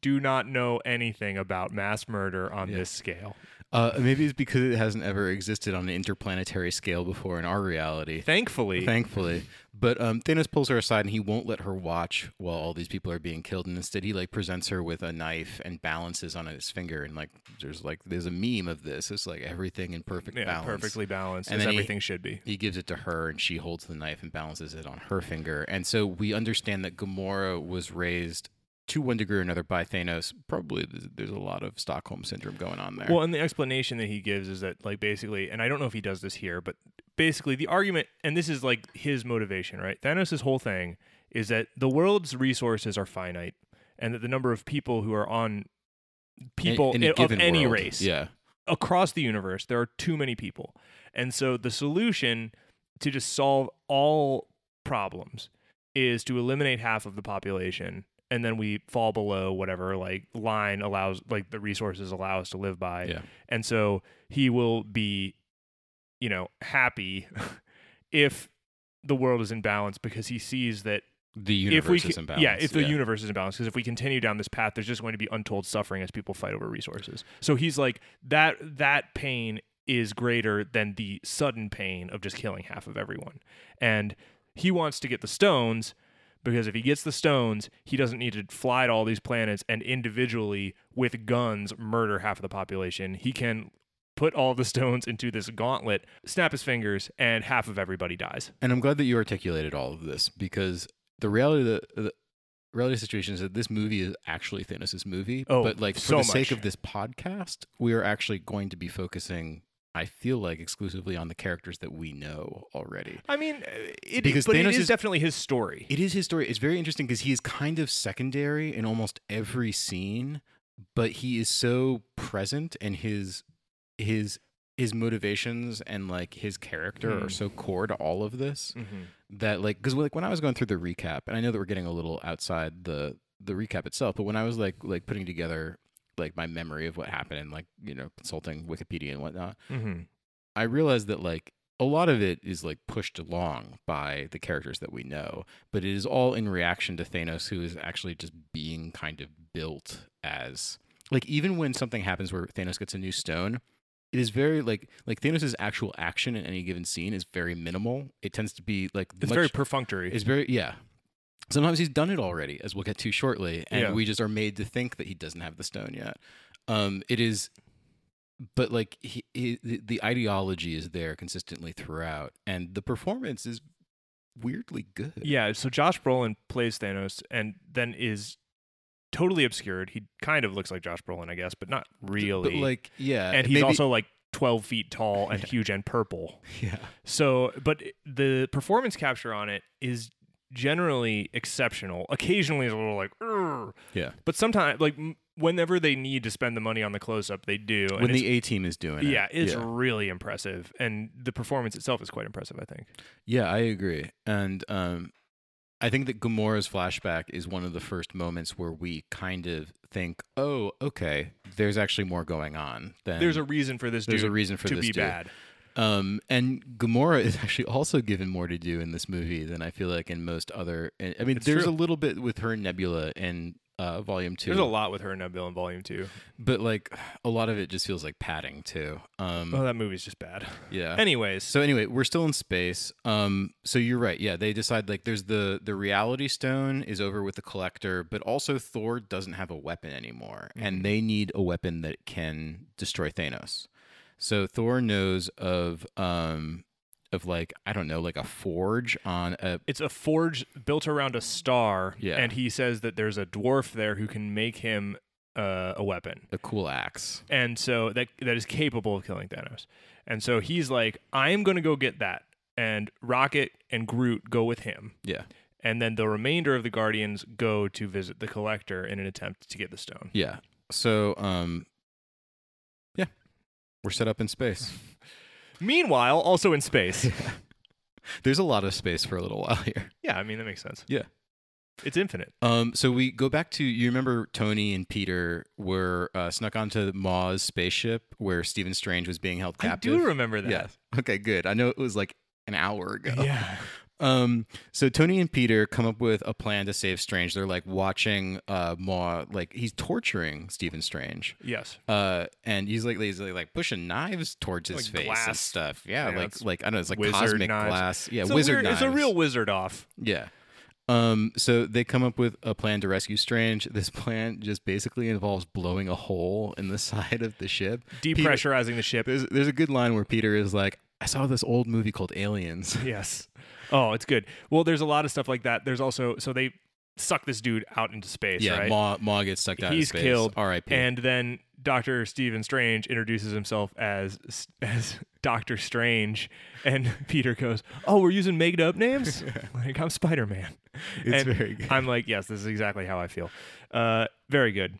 do not know anything about mass murder on Yeah. this scale. Uh, maybe it's because it hasn't ever existed on an interplanetary scale before in our reality. Thankfully, Thankfully, but um, Thanos pulls her aside and he won't let her watch while all these people are being killed. And instead, he like presents her with a knife and balances on his finger. And like, there's like, there's a meme of this. It's like everything in perfect yeah, balance. perfectly balanced And as then he- everything should be. He gives it to her, and she holds the knife and balances it on her finger. And so we understand that Gamora was raised to one degree or another by Thanos. Probably there's there's a lot of Stockholm syndrome going on there. Well, and the explanation that he gives is that, like, basically, and I don't know if he does this here, but basically, the argument, and this is like his motivation, right? Thanos' whole thing is that the world's resources are finite and that the number of people who are on In- people in a of given any world. race Yeah. across the universe, there are too many people. And so the solution to just solve all problems is to eliminate half of the population and then we fall below whatever like line allows like the resources allow us to live by. Yeah. And so he will be you know happy [LAUGHS] if the world is in balance because he sees that The universe if we is ca- in balance. yeah if the universe is in balance because if we continue down this path there's just going to be untold suffering as people fight over resources so he's like that that pain is greater than the sudden pain of just killing half of everyone and he wants to get the stones because if he gets the stones he doesn't need to fly to all these planets and individually with guns murder half of the population he can put all the [LAUGHS] stones into this gauntlet snap his fingers and half of everybody dies And I'm glad that you articulated all of this because the reality of the, the reality of the situation is that this movie is actually Thanos' movie. Oh, but like for so the sake much. of this podcast, we are actually going to be focusing, I feel like, exclusively on the characters that we know already. i mean uh, it, Because but it Thanos is, is- definitely his story It is his story. It's very interesting because he is kind of secondary in almost every scene, but he is so present and his his his motivations and like his character Hmm. are so core to all of this. mm-hmm. that like because like when I was going through the recap, and I know that we're getting a little outside the the recap itself, but when I was like like putting together like my memory of what happened and like you know consulting Wikipedia and whatnot, Mm-hmm. I realized that like a lot of it is like pushed along by the characters that we know, but it is all in reaction to Thanos, who is actually just being kind of built as like even when something happens where Thanos gets a new stone. It is very like like Thanos' actual action in any given scene is very minimal. It tends to be like It's much- very perfunctory. It's very yeah. Sometimes he's done it already, as we'll get to shortly, and Yeah. we just are made to think that he doesn't have the stone yet. Um, it is, but like he, he, the the ideology is there consistently throughout, and the performance is weirdly good. yeah, so Josh Brolin plays Thanos and then is totally obscured. He kind of looks like Josh Brolin, I guess, but not really. but like yeah, and it he's maybe- also like 12 feet tall and huge and purple. [LAUGHS] yeah, So, but the performance capture on it is generally exceptional. Occasionally, it's a little like, "Urgh," yeah. but sometimes, like, m- whenever they need to spend the money on the close up, they do. and When it's- the A team is doing it, yeah, it's yeah. really impressive. And the performance itself is quite impressive, I think. Yeah, I agree. And um, I think that Gamora's flashback is one of the first moments where we kind of think, oh, okay, there's actually more going on. Than, There's a reason for this there's a dude reason for to this be dude. bad. Um, and Gamora is [LAUGHS] actually also given more to do in this movie than I feel like in most other. eh, I I mean, It's there's true. a little bit with her and Nebula in uh, Volume Two, There's a lot with her in Nebula in Volume Two. but like a lot of it just feels like padding too. Um, Oh, that movie's just bad. yeah. Anyways, So anyway, we're still in space. Um, so you're right. Yeah, they decide like there's the the reality stone is over with the collector, but also Thor doesn't have a weapon anymore, and they need a weapon that can destroy Thanos. So Thor knows of um of like I don't know like a forge on a it's a forge built around a star, Yeah. and he says that there's a dwarf there who can make him uh, a weapon, a cool axe. and so that that is capable of killing Thanos. And so he's like, I'm going to go get that, and Rocket and Groot go with him, Yeah, and then the remainder of the Guardians go to visit the Collector in an attempt to get the stone. yeah. So um, yeah, we're set up in space. [LAUGHS] Meanwhile, also in space. There's a lot of space for a little while here. Yeah, I mean that makes sense. Yeah. It's infinite. Um, so we go back to you remember Tony and Peter were uh, snuck onto Maw's spaceship where Stephen Strange was being held captive. I do remember that. Yes. Okay, good. I know it was like an hour ago. [LAUGHS] Yeah. Um, so Tony and Peter come up with a plan to save Strange. They're like watching uh, Maw like he's torturing Stephen Strange. Yes. Uh, and he's like he's like pushing knives towards his Like face and glass. stuff. Yeah, Yeah, like it's like I don't know, it's like wizard cosmic knives. glass. Yeah, it's wizard a weird, It's knives. a real wizard off. Yeah. Um, so they come up with a plan to rescue Strange. [LAUGHS] This plan just basically involves blowing a hole in the [LAUGHS] side of the ship. Peter- Depressurizing the ship. There's there's a good line where Peter is like, I saw this old movie called Aliens. [LAUGHS] yes. Oh, it's good. Well, there's a lot of stuff like that. There's also so they suck this dude out into space, yeah, right? Maw, Maw gets sucked out He's of space. killed, R.I.P. And then Doctor Stephen Strange introduces himself as [LAUGHS] as Doctor Strange, and [LAUGHS] Peter goes, "Oh, we're using made up [LAUGHS] names. like I'm Spider Man." it's very good. I'm like, "Yes, this is exactly how I feel." Uh, very good.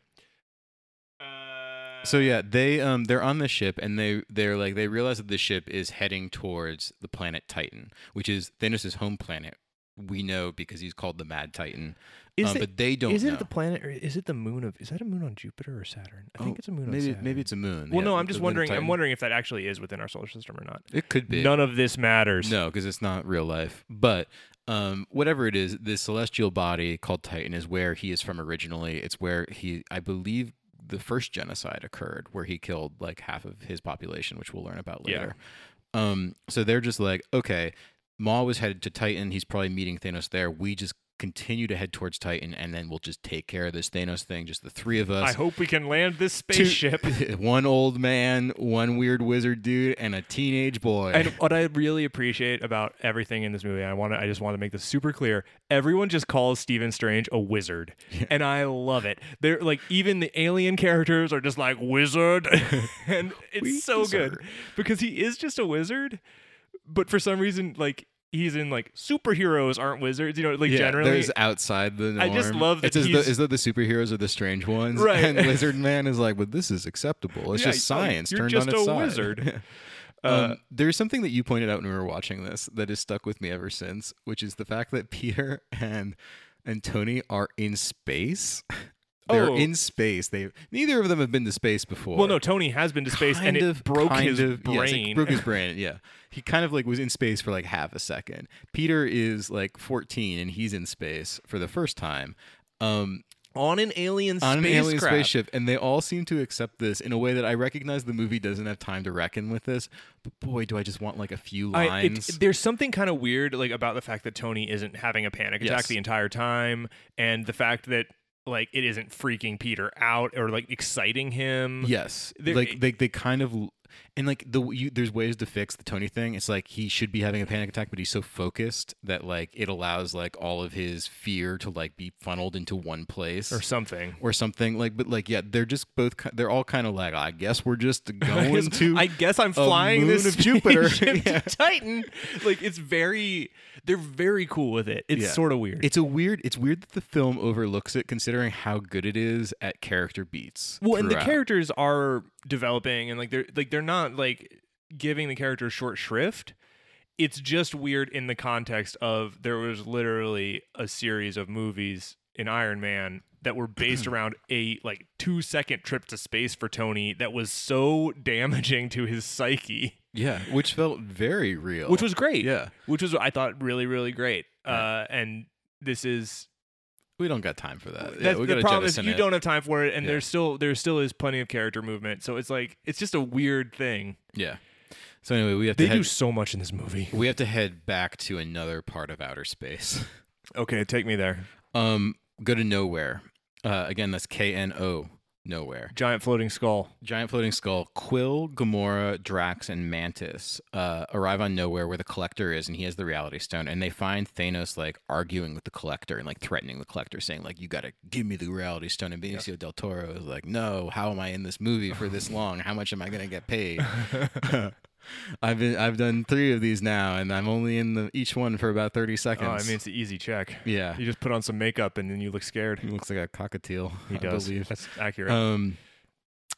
So yeah, they um they're on the ship and they they're like they realize that the ship is heading towards the planet Titan, which is Thanos' home planet. We know because he's called the Mad Titan. Is Um, it- but they don't is know. it the planet or is it the moon of? Is that a moon on Jupiter or Saturn? I think Oh, it's a moon on maybe Saturn. maybe it's a moon. Well, yeah, no, I'm the just moon of wondering. I'm Titan. wondering if that actually is within our solar system or not. It could be. None of this matters. No, because it's not real life. But um, whatever it is, this celestial body called Titan is where he is from originally. It's where he, I believe, the first genocide occurred, where he killed like half of his population, which we'll learn about Yeah. later. Um, so they're just like, okay, Maul was headed to Titan. He's probably meeting Thanos there. We just continue to head towards Titan, and then we'll just take care of this Thanos thing, just the three of us. I hope we can land this Two- spaceship. [LAUGHS] one old man, one weird wizard dude, and a teenage boy. And what I really appreciate about everything in this movie, and I want to, I just want to make this super clear. Everyone just calls Stephen Strange a wizard, and I love it. They're like even the alien characters are just like wizard, [LAUGHS] and it's so Wizard. good because he is just a wizard, but for some reason, like he's in like superheroes aren't wizards, you know, like generally. there's outside the norm. I just love that it's as though, he's- as though the superheroes are the strange ones, Right. [LAUGHS] And Lizard Man is like, but this is acceptable. It's Yeah, just like, science you're turned just on its a side." [LAUGHS] wizard. Uh, Um, there's something that you pointed out when we were watching this that has stuck with me ever since, which is the fact that Peter [LAUGHS] and and Tony are in space. [LAUGHS] They're Oh. in space. They neither of them have been to space before. well, no, Tony has been to space, and Kind it of- broke kind his of- yes, it brain. [LAUGHS] broke his brain. Yeah, he kind of like was in space for like half a second. Peter is like 14 and he's in space for the first time. Um, on an alien on an alien spacecraft. spaceship, and they all seem to accept this in a way that I recognize the movie doesn't have time to reckon with this. But boy, do I just want like a few I- it- lines. there's something kind of weird like about the fact that Tony isn't having a panic attack Yes. the entire time and the fact that like it isn't freaking Peter out or like exciting him. yes, there- like they they kind of. And like the you, there's ways to fix the Tony thing. It's like he should be having a panic attack, but he's so focused that like it allows like all of his fear to like be funneled into one place Or something. or something like but like yeah they're just both ki- they're all kind of like i guess we're [LAUGHS] just I going guess, to I guess I'm a flying moon this of Jupiter. [LAUGHS] spaceship [LAUGHS] Yeah. to [LAUGHS] Titan. Like it's very they're very cool with it. It's Yeah. sort of weird. it's a weird it's weird that the film overlooks it considering how good it is at character beats well, and the throughout. characters are developing and like they're like they're not like giving the characters short shrift. It's just weird in the context of there was literally a series of movies in Iron Man that were [CLEARS THROAT] based around a like 2 second trip to space for Tony that was so [LAUGHS] damaging to his psyche, yeah which felt very real which was great. yeah Which was I thought really really great. Uh and this is we don't got time for that yeah, that's we the gotta problem is jettison you it. don't have time for it, and Yeah. there's still there still is plenty of character movement. So it's like it's just a weird thing. yeah so anyway we have They to head, do so much in this movie. we have to head back to another part of outer space [LAUGHS] Okay, take me there. um go to nowhere uh again that's k-n-o nowhere Giant floating skull. Giant floating skull, Quill, Gamora, Drax, and Mantis uh, arrive on nowhere where the Collector is, and he has the Reality Stone. And they find Thanos like arguing with the Collector and like threatening the Collector, saying like, "You gotta give me the Reality Stone." And Benicio del Toro is like, "No, how am I in this movie for this long? How much am I gonna [LAUGHS] get paid?" I've been I've done three of these now, and I'm only in the, each one for about thirty Oh, I seconds. mean it's an easy check. yeah, You just put on some makeup and then you look scared. he looks like a cockatiel. He I does. believe. That's accurate. Um,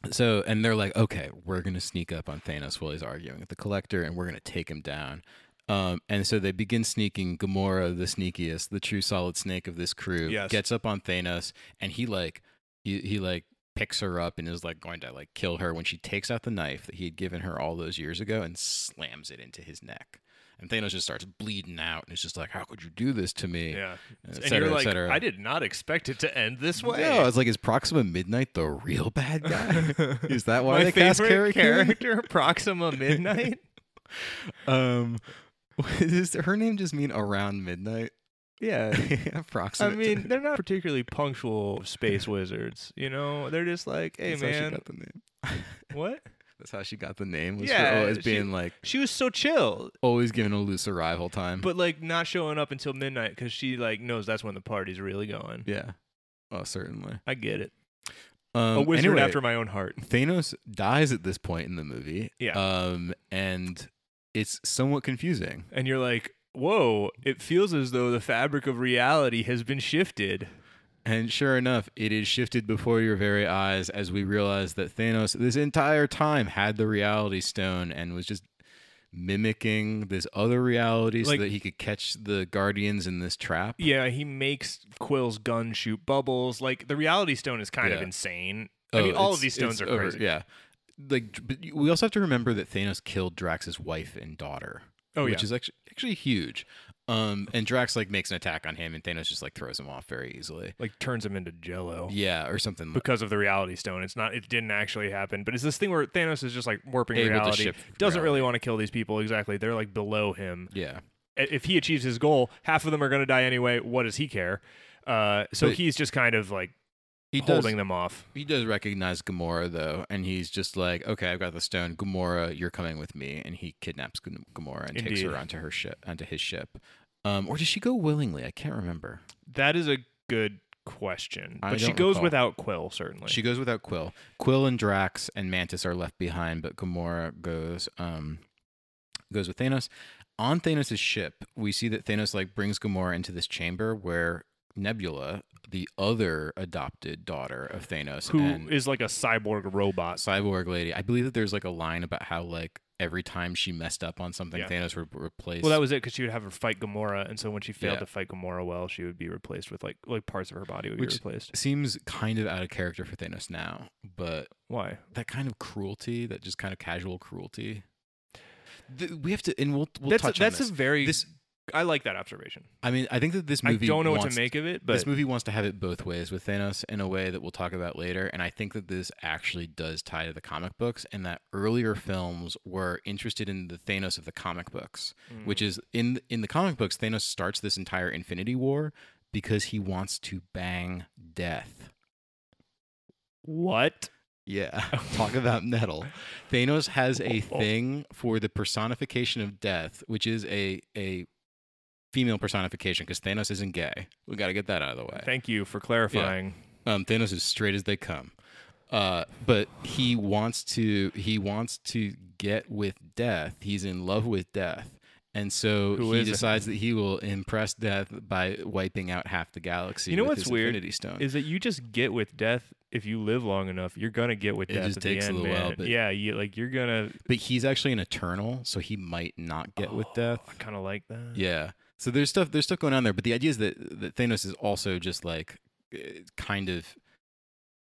so and they're like, okay, we're gonna sneak up on Thanos while he's arguing with the Collector, and we're gonna take him down. Um, and so they begin sneaking. Gamora, the sneakiest, the true solid snake of this crew, Yes. gets up on Thanos, and he like he, he like picks her up and is like going to like kill her when she takes out the knife that he had given her all those years ago and slams it into his neck. And Thanos just starts bleeding out, and it's just like, "How could you do this to me?" Yeah. Et And cetera, you're et like, cetera. I did not expect it to end this way. No, it's like is Proxima Midnight the real [LAUGHS] bad guy? is that why My they favorite cast Carrie Coon? character, [LAUGHS] Proxima Midnight. Um, [LAUGHS] does her name just mean around midnight? [LAUGHS] yeah. [LAUGHS] I Approximately. mean, they're not particularly punctual space wizards, you know? They're just like, hey, [LAUGHS] that's how she man, got the name. what? that's how she got the name. Was Yeah, for always she- being like She was so chill, always given a loose arrival time. but like not showing up until midnight because she like knows that's when the party's really going. yeah, oh certainly. I get it. Um, a wizard anyway, after my own heart. [LAUGHS] Thanos dies at this point in the movie. Yeah. Um, and it's somewhat confusing. And you're like, whoa, it feels as though the fabric of reality has been shifted. And sure enough, it is shifted before your very eyes as we realize that Thanos, this entire time, had the reality stone and was just mimicking this other reality Like- so that he could catch the guardians in this trap. Yeah, he makes Quill's gun shoot bubbles. Like the reality stone is kind of Yeah. insane. I mean, all of Oh, it's- these stones are it's over- crazy. Yeah. Like, but we also have to remember that Thanos killed Drax's wife and daughter. Oh, which yeah. is actually actually huge. Um, and Drax like makes an attack on him, and Thanos just like throws him off very easily. Like turns him into jello. Yeah, or something. Oh. Because of the reality stone. It's not it didn't actually happen. But it's this thing where Thanos is just like warping Able to reality. shift doesn't really reality. want to kill these people exactly. They're like below him. yeah. I- If he achieves his goal, half of them are gonna die anyway. What does he care? Uh, so But- he's just kind of like He does holding them off. He does recognize Gamora though, and he's just like, "Okay, I've got the stone. Gamora, you're coming with me." And he kidnaps Gam- Gamora and takes Indeed. her onto her ship, onto his ship. Um, or does she go willingly? I can't remember. That is a good question. I But she don't goes recall. without Quill, certainly. She goes without Quill. Quill and Drax and Mantis are left behind, but Gamora goes um, goes with Thanos. On Thanos' ship, we see that Thanos like brings Gamora into this chamber where Nebula, the other adopted daughter of Thanos, who and is like a cyborg robot. cyborg lady. I believe that there's like a line about how like every time she messed up on something, Yeah. Thanos would replace. Well, that was it because she would have her fight Gamora, and so when she failed Yeah. to fight Gamora well, she would be replaced with like like parts of her body would Which- be replaced. seems kind of out of character for Thanos now, but Why? that kind of cruelty, that just kind of casual cruelty. Th- we have to, and we'll we'll that's touch a, that's on this. a very. This- I like that observation. I mean, I think that this I movie. don't know what wants- to make of it, but this movie wants to have it both ways with Thanos in a way that we'll talk about later, and I think that this actually does tie to the comic books, and that earlier films were interested in the Thanos of the comic books, Mm. which is in in the comic books, Thanos starts this entire Infinity War because he wants to bang death. what? [LAUGHS] Yeah, talk about metal. Thanos has a thing for the personification of death, which is a a female personification because Thanos isn't gay. We got to get that out of the way. Thank you for clarifying. Um, Thanos is straight as they come, uh, but he wants to he wants to get with death. He's in love with death, and so Who he isn't? decides that he will impress death by wiping out half the galaxy. You know with what's his weird Infinity Stone. Is that you just get with death if you live long enough? You're gonna get with It death just at the takes a end, little while, man. but- yeah, you like you're gonna but he's actually an eternal, so he might not get with Oh, death. I kind of like that. Yeah. So there's stuff there's stuff going on there, but the idea is that, that Thanos is also just like eh, kind of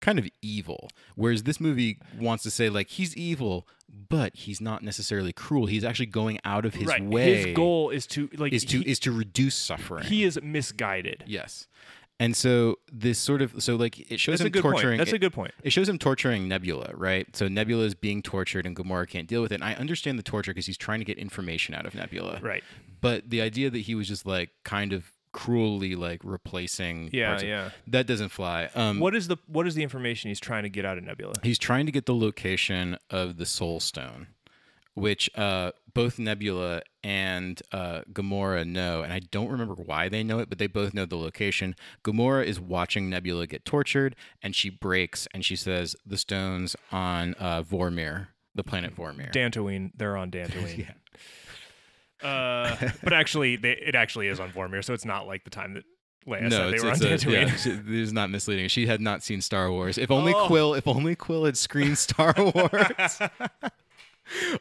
kind of evil. Whereas this movie wants to say like he's evil, but he's not necessarily cruel. He's actually going out of his right. way. His goal is to like is to he, is to reduce suffering. he is misguided. yes. And so this sort of so like it shows That's him a good torturing point. That's it- a good point. it shows him torturing Nebula, right? So Nebula is being tortured and Gamora can't deal with it. And I understand the torture because he's trying to get information out of Nebula. Right. But the idea that he was just like kind of cruelly like replacing Yeah. parts of- yeah. that doesn't fly. Um What is the what is the information he's trying to get out of Nebula? he's trying to get the location of the soul stone, which uh both Nebula and uh Gamora know, and I don't remember why they know it, but they both know the location. Gamora is watching Nebula get tortured and she breaks and she says the stones on uh Vormir, the planet Hmm. Vormir. Dantooine. They're on Dantooine. [LAUGHS] Uh, but actually, they, it actually is on Vormir, so it's not like the time that Leia said they were on it's a- Dantooine. [LAUGHS] yeah, she- this is not misleading. She had not seen Star Wars. If only Oh. [LAUGHS] Quill, if only Quill had screened Star Wars.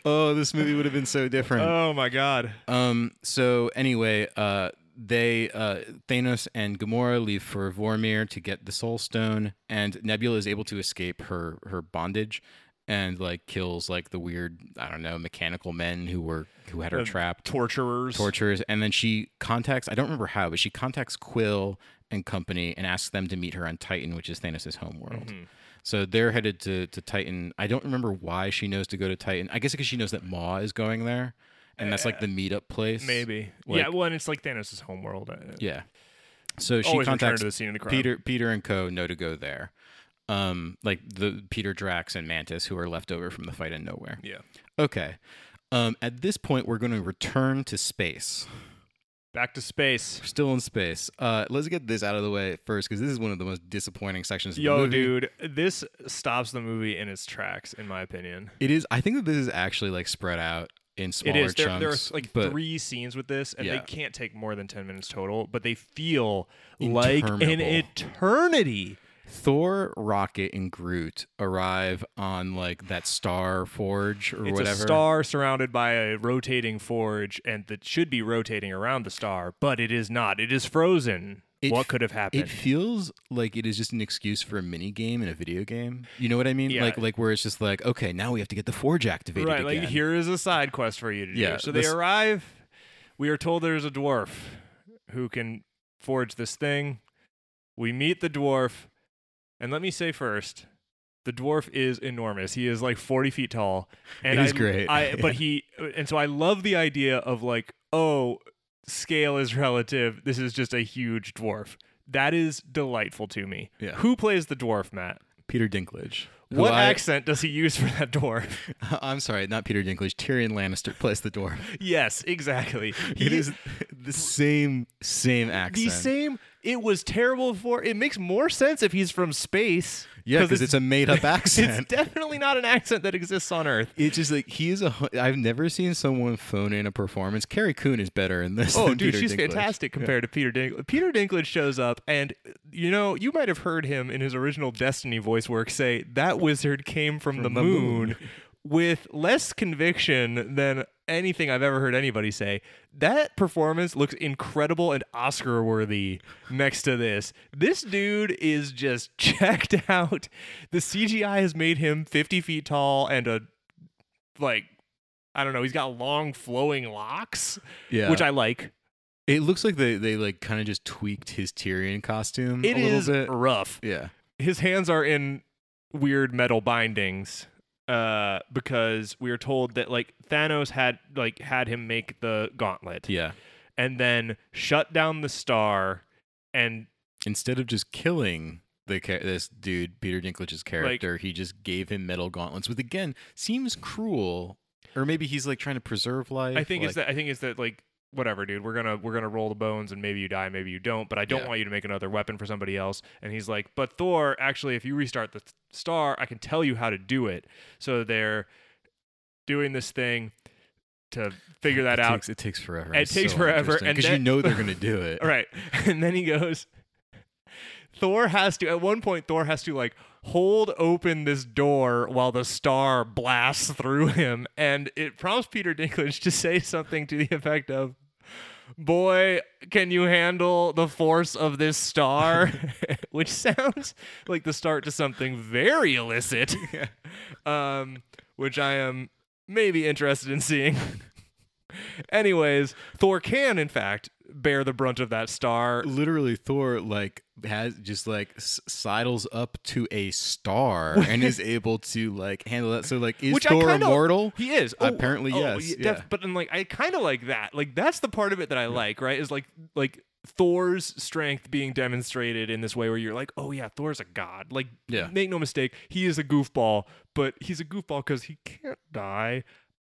oh, this movie would have been so different. Oh my god. Um. So anyway, uh, they uh, Thanos and Gamora leave for Vormir to get the Soul Stone, and Nebula is able to escape her her bondage, and like kills like the weird I don't know mechanical men who were who had her Uh, trapped Torturers. tortures, and then she contacts I don't remember how, but she contacts Quill and company and asks them to meet her on Titan, which is Thanos' homeworld. Mm-hmm. So they're headed to to Titan. I don't remember why she knows to go to Titan. I guess because she knows that Maw is going there, and that's like the meetup place. Eh, Maybe. Like- yeah, well, and it's like Thanos' homeworld. Uh, Yeah. So she Always return contacts to the scene of the crime. Peter Peter and Co. know to go there. Um, like the Peter Drax and Mantis who are left over from the fight in nowhere. Yeah. Okay. Um, at this point, we're going to return to space. Back to space. We're still in space. Uh, let's get this out of the way first because this is one of the most disappointing sections. Of the Yo, movie. dude, this stops the movie in its tracks, in my opinion. It is. I think that this is actually like spread out in smaller It is. There, chunks. there are like but three scenes with this, and they Yeah. can't take more than 10 minutes total, but they feel like an Interminable. eternity. Thor, Rocket, and Groot arrive on like that star forge or It's whatever. a star surrounded by a rotating forge, and that should be rotating around the star, but it is not. It is frozen. It what f- could have happened? It feels like it is just an excuse for a mini game in a video game. You know what I mean? Yeah. Like like where it's just like, okay, now we have to get the forge activated right, again. like here is a side quest for you to do. Yeah, so they this- arrive. We are told there's a dwarf who can forge this thing. We meet the dwarf, and let me say first, the dwarf is enormous. He is like 40 feet tall, and He's I, great. [LAUGHS] I but he and so I love the idea of like, oh, scale is [LAUGHS] relative. This is just a huge dwarf. That is delightful to me. Yeah. Who plays the dwarf, Matt? Peter Dinklage. who What I- accent does he use for that [LAUGHS] dwarf? [LAUGHS] I'm sorry, not Peter Dinklage. Tyrion Lannister [LAUGHS] plays the dwarf. yes, exactly. [LAUGHS] It He- is the same same accent. The same. It was terrible for. It makes more sense if he's from space. yeah, because [LAUGHS] it's, a made up [LAUGHS] It's accent. definitely not an accent that exists on Earth. It's just like he is a. hu- I've never seen someone phone in a performance. Carrie Coon is better in this. Oh, than dude, Peter she's Dinklage. fantastic compared to Peter Dinklage. Peter Dinklage shows up, and you know, you might have heard him in his original Destiny voice work say, "That wizard came from, the, the moon." moon," [LAUGHS] with less conviction than anything I've ever heard anybody say. That performance looks incredible and Oscar worthy. Next to this, this dude is just [LAUGHS] checked out. The CGI has made him fifty feet tall and a like. I don't know. He's got long flowing locks, Yeah, which I like. It looks like they they like kind of just tweaked his Tyrion costume It Mm-hmm. a little is bit. rough. Yeah. His hands are in weird metal bindings uh because we are told that like Thanos had like had him make the gauntlet Yeah. and then shut down the star and Instead of just killing the cha- this dude Peter Dinklage's character, he just gave him metal gauntlets, which again seems cruel. Or maybe he's like trying to preserve life. I think like, it's that I think it's that like whatever dude we're gonna we're gonna roll the bones and maybe you die maybe you don't but I don't Yeah. want you to make another weapon for somebody else and he's like but Thor actually if you restart the th- star I can tell you how to do it so they're doing this thing to figure [LAUGHS] that it out Takes, it takes forever. It takes forever, and because you then- know they're gonna do it. All [LAUGHS] right. And then he goes, Thor has to, at one point, Thor has to like hold open this door while the star blasts through him. And it prompts Peter Dinklage to say something to the effect of, Boy, can you handle the force of this star? [LAUGHS] Which sounds like the start to something very illicit, [LAUGHS] um, which I am maybe interested in seeing. [LAUGHS] Anyways, Thor can, in fact, bear the brunt of that star. Literally, Thor like has just like s- sidles up to a star [LAUGHS] and is able to like handle that. So like, is Which I Thor kinda- immortal? He is Apparently, yes, y- Oh, def- yeah. But I'm like, I kind of like that. Like that's the part of it that I like. Right? Is like like Thor's strength being demonstrated in this way, where you're like, oh yeah, Thor's a god. Like, Yeah. make no mistake, he is a goofball, but he's a goofball because he can't die.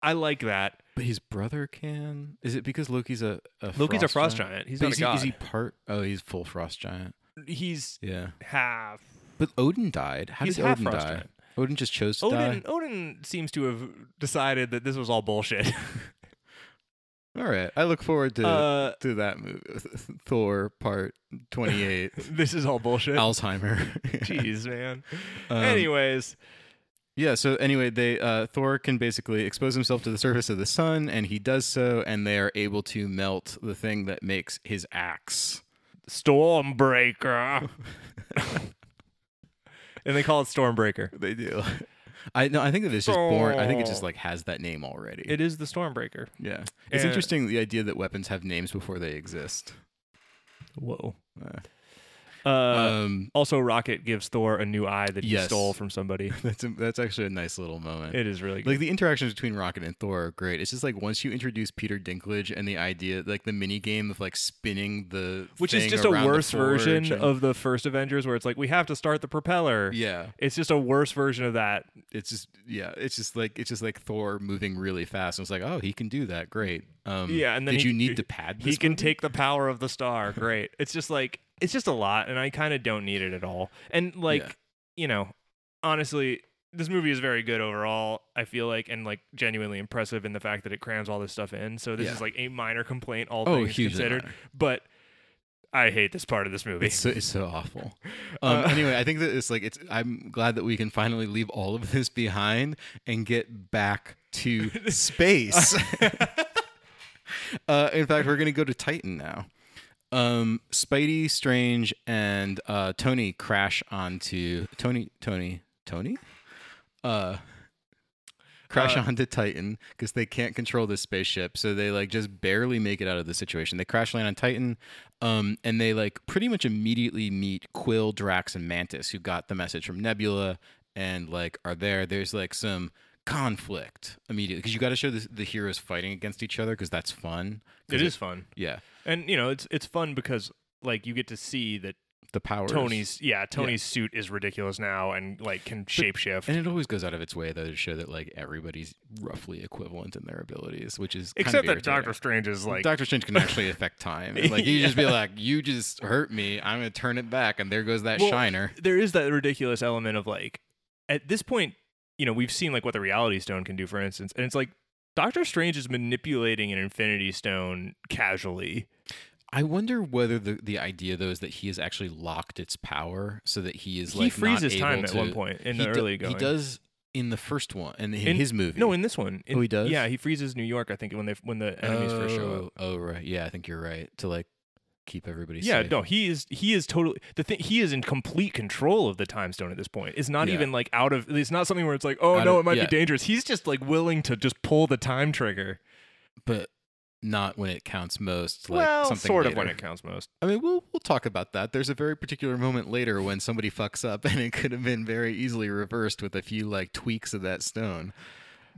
I like that. But his brother can. Is it because Loki's a, a Loki's a frost giant? giant. He's But not is, a god. He, is he part? Oh, he's full frost giant. He's Yeah. half. But Odin died. How He's did half Odin frost die? giant. Odin just chose to Odin. Odin seems to have decided that this was all bullshit. die. All right. I look forward [LAUGHS] to uh, to that movie, [LAUGHS] Thor Part [LAUGHS] Twenty Eight. this is all bullshit. Alzheimer. Jeez, man. [LAUGHS] Um, Anyways, Yeah. So anyway, they uh, Thor can basically expose himself to the surface of the sun, and he does so, and they are able to melt the thing that makes his axe. [LAUGHS] Stormbreaker. and they call it Stormbreaker. They do. I no, I think that it's just born. I think it just like has that name already. It is the Stormbreaker. yeah. It's Uh, interesting the idea that weapons have names before they exist. Whoa. Uh, Uh, um, [LAUGHS] also, Rocket gives Thor a new eye that he Yes. stole from somebody. that's a, that's actually a nice little moment. It is really good. like the interactions between Rocket and Thor are great. It's just like once you introduce Peter Dinklage and the idea, like the mini game of like spinning the Which is thing just a around the worse forge version and- of the first Avengers where it's like, we have to start the propeller. yeah. It's just a worse version of that. It's just yeah. It's just like it's just like Thor moving really fast. And it's like oh he can do that. Great. Um, Yeah, and then did he- you need to pad? He This can take the power of the star. Great. It's just like, it's just a lot, and I kind of don't need it at all. And, like, Yeah. you know, honestly, this movie is very good overall, I feel like, and, like, genuinely impressive in the fact that it crams all this stuff in. So this Yeah. is, like, a minor complaint, all Oh, things hugely considered. minor. But I hate this part of this movie. It's so, it's so awful. [LAUGHS] Um, Uh, [LAUGHS] anyway, I think that it's like it's. I'm glad that we can finally leave all of this behind and get back [LAUGHS] to space. [LAUGHS] uh, in fact, we're going to go to Titan now. Um, Spidey, Strange, and uh, Tony crash onto Tony, Tony, Tony. Uh, crash Uh, onto Titan because they can't control this spaceship, so they like just barely make it out of the situation. They crash land on Titan, um, and they like pretty much immediately meet Quill, Drax, and Mantis, who got the message from Nebula and like are there. There's like some conflict immediately because you got to show the, the heroes fighting against each other because that's fun. 'Cause it is fun. yeah. and you know it's it's fun because like you get to see that The powers. Tony's yeah Tony's suit is ridiculous now and like can shapeshift And it always goes out of its way though to show that like everybody's roughly equivalent in their abilities, which is kind of except that irritating. Doctor Strange is like Doctor Strange can actually affect [LAUGHS] time. And, like you just be like, you just hurt me. I'm gonna turn it back, and there goes that Well, shiner. there is that ridiculous element of like at this point you know we've seen like what the Reality Stone can do for instance and it's like Doctor Strange is manipulating an Infinity Stone casually I wonder whether the, the idea though is that he has actually locked its power so that he is he like not freezes able time at to- one point in he the do- early going He does in the first one and in, In- his movie. no in this one in, Oh, he does? yeah he freezes New York I think when they when the enemies first show up Oh right, yeah, I think you're right to like keep everybody. Yeah, safe. no, he is he is totally the thing. He is in complete control of the time stone at this point. It's not Yeah. even like out of. It's not something where it's like, oh Out no, of- it might yeah. be dangerous. He's just like willing to just pull the time trigger. but not when it counts most. Like well, something sort of later. when it counts most. I mean, we'll we'll talk about that. There's a very particular moment later when somebody fucks up, [LAUGHS] and it could have been very easily reversed with a few like tweaks of that stone.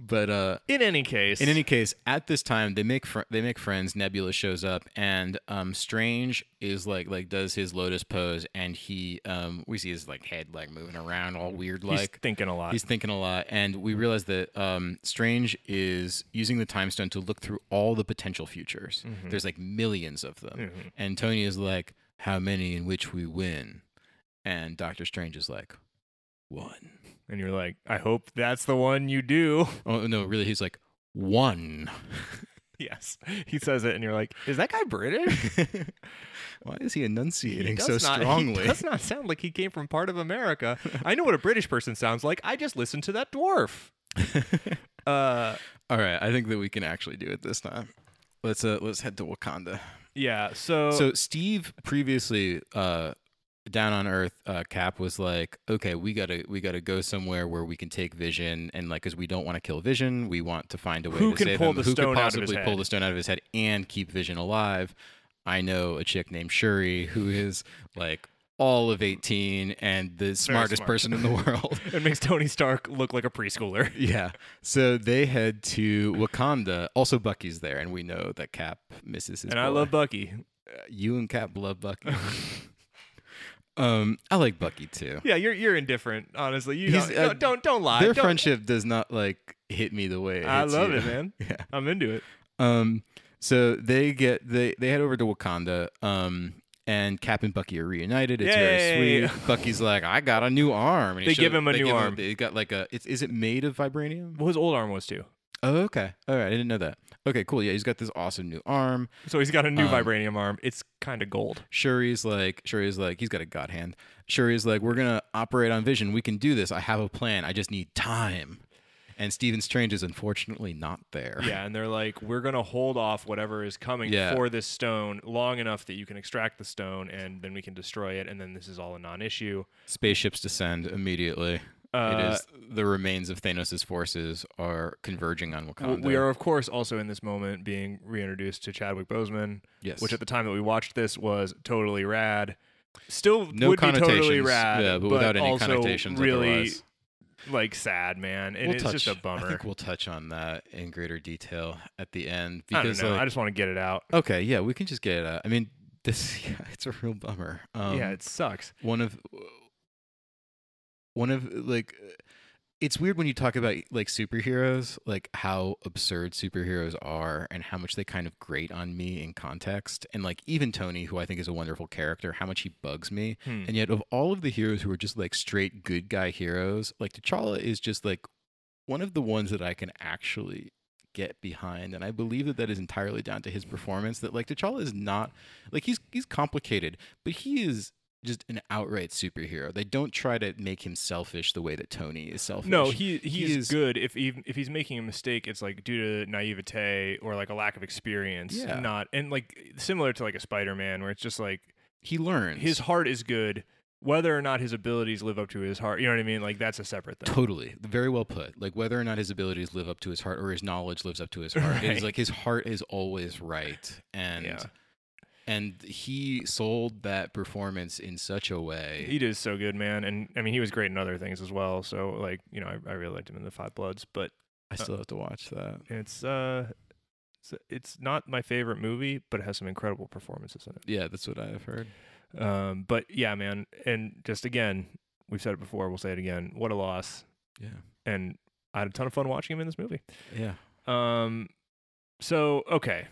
But uh, In any case, in any case, at this time they make fr- they make friends. Nebula shows up, and um, Strange is like like does his lotus pose, and he um, we see his like head like moving around all weird he's like. thinking a lot. He's thinking a lot, and we realize that um, Strange is using the time stone to look through all the potential futures. There's like millions of them, Mhm. and Tony is like, "How many in which we win?" And Doctor Strange is like, "One." and you're like, I hope that's the one you do. [LAUGHS] Oh no, really? He's like, "One." yes, he says it, and you're like, is that guy British? [LAUGHS] [LAUGHS] Why is he enunciating does so not- [LAUGHS] strongly? He does not sound like he came from part of America. I know what a British person sounds like. I just listened to that [LAUGHS] dwarf. Uh. All right, I think that we can actually do it this time. Let's uh, let's head to Wakanda. Yeah, so, So Steve previously uh down on earth uh cap was like okay we got to we got to go somewhere where we can take vision and like cuz we don't want to kill vision we want to find a way Who to can save pull him. the who stone could out of his possibly pull head? the stone out of his head and keep vision alive i know a chick named shuri who is like all of 18 and the smartest smart. person in the [LAUGHS] world it makes Tony Stark look like a preschooler. yeah so they head to wakanda also bucky's there and we know that cap misses [LAUGHS] his And I boy. love Bucky. you and Cap love Bucky. [LAUGHS] um, I like [LAUGHS] Bucky too. Yeah, you're you're indifferent, honestly. You He's, don't, uh, don't- don't don't lie. Their Don't- friendship does not like hit me the way it I hits love you. it, man. [LAUGHS] Yeah. I'm into it. Um, so they get they they head over to Wakanda. Um. And Cap and Bucky are reunited. It's Yay. [LAUGHS] very sweet. Bucky's like, "I got a new arm." And he They shows- give him a they new give arm. They got like a. It's, is it made of vibranium? Well, his old arm was too. Oh, okay. All right. I didn't know that. Okay, cool. Yeah, he's got this awesome new arm. So he's got a new Um, vibranium arm. It's kind of gold. Shuri's like, Shuri's like, he's got a god hand. Shuri's like, we're gonna operate on vision. We can do this. I have a plan. I just need time. And Stephen Strange is unfortunately not there. Yeah, and they're like, we're gonna hold off whatever is coming Yeah. for this stone long enough that you can extract the stone, and then we can destroy it, and then this is all a non-issue. Spaceships descend immediately. it Uh, is the remains of Thanos' forces are converging on W- Wakanda. We are, of course, also in this moment being reintroduced to Chadwick Boseman, yes. which at the time that we watched this was totally rad. Still no would be totally connotations, rad, yeah, but, without any also connotations. really otherwise. like sad, man, and We'll it's touch, just a I bummer. think we'll touch on that in greater detail at the end I because don't know. like, I just want to get it out. Okay, yeah, we can just get it out. I mean, this [LAUGHS] yeah, it's a real bummer. Um, yeah, it sucks. one of one of like it's weird when you talk about like superheroes, like how absurd superheroes are and how much they kind of grate on me in context. And like even Tony, who I think is a wonderful character, how much he bugs me. Hmm. And yet of all of the heroes who are just like straight good guy heroes, like T'Challa is just like one of the ones that I can actually get behind and I believe that that is entirely down to his performance that like T'Challa is not like he's he's complicated but he is just an outright superhero. They don't try to make him selfish the way that Tony is selfish. No, he he's is- good. If he, if he's making a mistake, it's like due to naivete or like a lack of experience. Yeah. Not and like similar to like a Spider Man, where it's just like he learns his heart is good, whether or not his abilities live up to his heart. You know what I mean? Like that's a separate thing. Totally. Very well put. Like whether or not his abilities live up to his heart or his knowledge lives up to his heart. It Right. is like his heart is always right. And Yeah. and he sold that performance in such a way. He does so good, man. And I mean, he was great in other things as well. So like you know, I, I really liked him in the Five Bloods, but I still have to watch that. it's uh. it's- It's not my favorite movie, but it has some incredible performances in it. Yeah, that's what I have heard. Um, but yeah, man, and just again, we've said it before, we'll say it again. What a loss! Yeah. And I had a ton of fun watching him in this movie. Yeah. Um, so okay,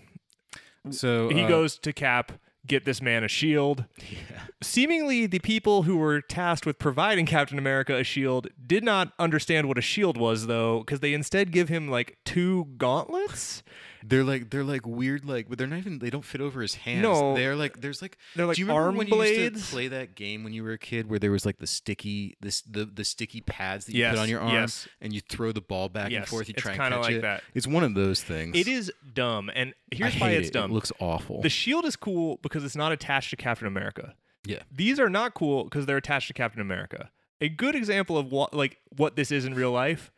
So he uh, goes to Cap, get this man a shield. [LAUGHS] Yeah. Seemingly, the people who were tasked with providing Captain America a shield did not understand what a shield was, though, because they instead give him like two gauntlets. They're like they're like weird like but they're not even they don't fit over his hands. No. They're like there's like They're like Do you remember arm when you used blades. to play that game when you were a kid where there was like the sticky this the the sticky pads that you Yes, put on your arm yes. and you throw the ball back and Yes, forth you it's try and kinda catch like it. that. It's one of those things. It is dumb, and I here's hate why it's it. dumb. It looks awful. The shield is cool because it's not attached to Captain America. Yeah. These are not cool because they're attached to Captain America. A good example of what like what this is in real life.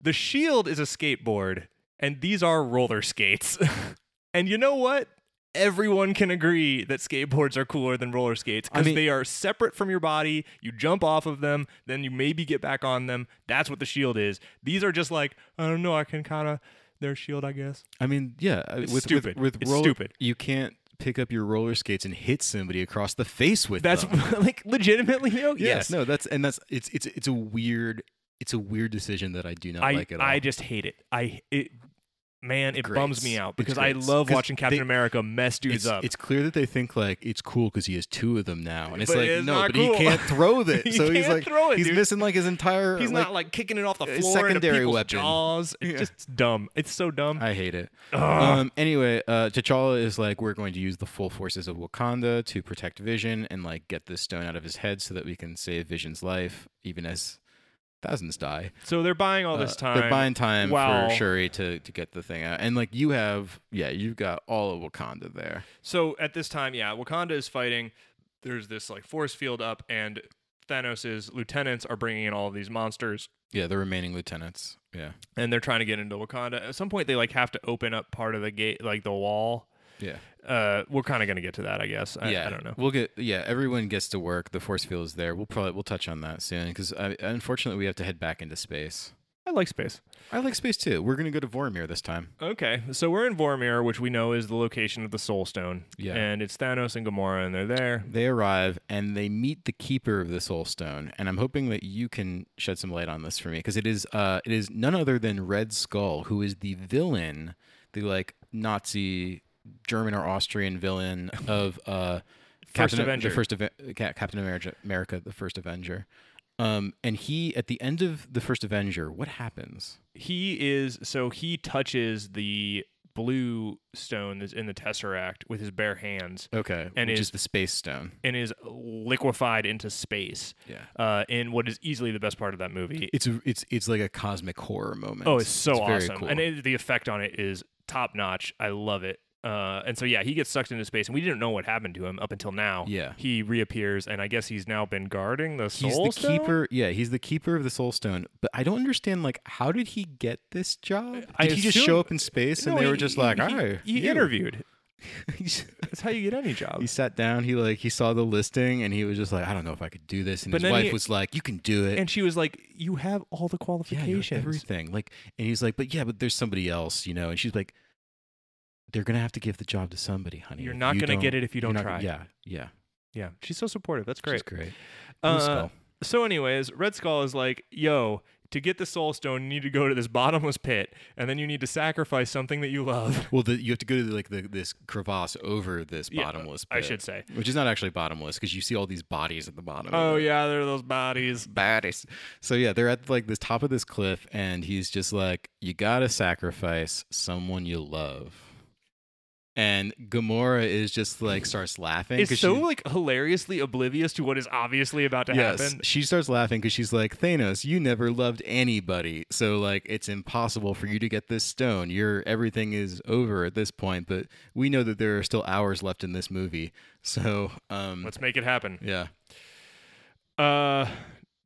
The shield is a skateboard and these are roller skates. [LAUGHS] and you know what? Everyone can agree that skateboards are cooler than roller skates I because mean- they are separate from your body. You jump off of them, then you maybe get back on them. That's what the shield is. These are just like, I don't know, I can kind of, their shield, I guess. I mean, yeah, I- It's with stupid. with, with It's roller, stupid. You can't pick up your roller skates and hit somebody across the face with That's [LAUGHS] them. like legitimately, though? yes, Yes. no, that's and that's it's it's it's a weird it's a weird decision that I do not I, like at all. I just hate it. I it man, it bums Grates. me out It because I grates. love 'Cause watching Captain they- America mess dudes it's, up. it's clear that they think like it's cool because he has two of them now, and it's But like it's no, not but cool. he can't [LAUGHS] throw He it. so he's can't like throw it, he's dude. missing like his entire. He's like- not like kicking it off the a floor into secondary people's weapon. jaws. It's Yeah. just dumb. It's so dumb. I hate it. Ugh. Um, anyway, uh, T'Challa is like, we're going to use the full forces of Wakanda to protect Vision and like get this stone out of his head so that we can save Vision's life, even as thousands die. so they're buying all this Uh, time. they're buying time Wow. for Shuri to to get the thing out, and like you have, yeah, you've got all of Wakanda there. so at this time, yeah, Wakanda is fighting. There's this like force field up, and Thanos' lieutenants are bringing in all of these monsters. Yeah, the remaining lieutenants. Yeah, And they're trying to get into Wakanda. At some point, they like have to open up part of the gate, like the wall. yeah, Uh, we're kind of gonna get to that, I guess. I, yeah. I don't know. We'll get. Yeah, everyone gets to work. The force field is there. We'll probably we'll touch on that soon because unfortunately we have to head back into space. I like space. I like space too. We're gonna go to Vormir this time. Okay, so we're in Vormir, which we know is the location of the Soul Stone. Yeah. And it's Thanos and Gamora, and they're there. They arrive and they meet the keeper of the soul stone, and I'm hoping that you can shed some light on this for me because it is uh, it is none other than Red Skull, who is the villain, the like Nazi German or Austrian villain of uh, First [LAUGHS] Captain Avenger. the first Ave- Ca- Captain America, America, the first Avenger, Um, and he at the end of the first Avenger, what happens? He is so he touches the blue stone that's in the Tesseract with his bare hands Okay, And which is- is the space stone. and is liquefied into space. Yeah. Uh, in what is easily the best part of that movie. It's a, it's it's like a cosmic horror moment. oh, it's so very awesome, cool. and it, the effect on it is top notch. I love it. Uh, and so yeah, he gets sucked into space, and we didn't know what happened to him up until now. Yeah. he reappears, and I guess he's now been guarding the soul. he's the Stone? keeper. Yeah, he's the keeper of the soul stone. But I don't understand. Like, how did he get this job? Did I he just assume- show up in space and No, they were he- just like, he, "Hi, he, you." interviewed. [LAUGHS] He's- [LAUGHS] That's how you get any job. he sat down. He like he saw the listing and he was just like, I don't know if I could do this. And But his then wife he- was like, You can do it. and she was like, "You have all the yeah, you have qualifications." everything. Like, and he's like, But yeah, but there's somebody else, you know. And she's like, They're gonna have to give the job to somebody, honey. You're If not you gonna get don't- it if you you're don't not- try. Yeah, yeah. yeah. She's so supportive. That's She's great. great. Blue Uh, Skull. So, anyways, Red Skull is like, "Yo, to get the Soul Stone, you need to go to this bottomless pit, and then you need to sacrifice something that you love." [LAUGHS] Well, the, you have to go to like the, this crevasse over this Yeah, bottomless. I pit. should say. which is not actually bottomless because you see all these bodies at the bottom. Oh yeah, there are those bodies. bodies. So yeah, they're at like the top of this cliff, and he's just like, "You gotta sacrifice someone you love." And Gamora is just like starts laughing. It's 'cause so she- like hilariously oblivious to what is obviously about to yes, happen. she starts laughing because she's like, "Thanos, you never loved anybody, so like it's impossible for you to get this stone. Your everything is over at this point." But we know that there are still hours left in this movie, so um, Let's make it happen. yeah. Uh,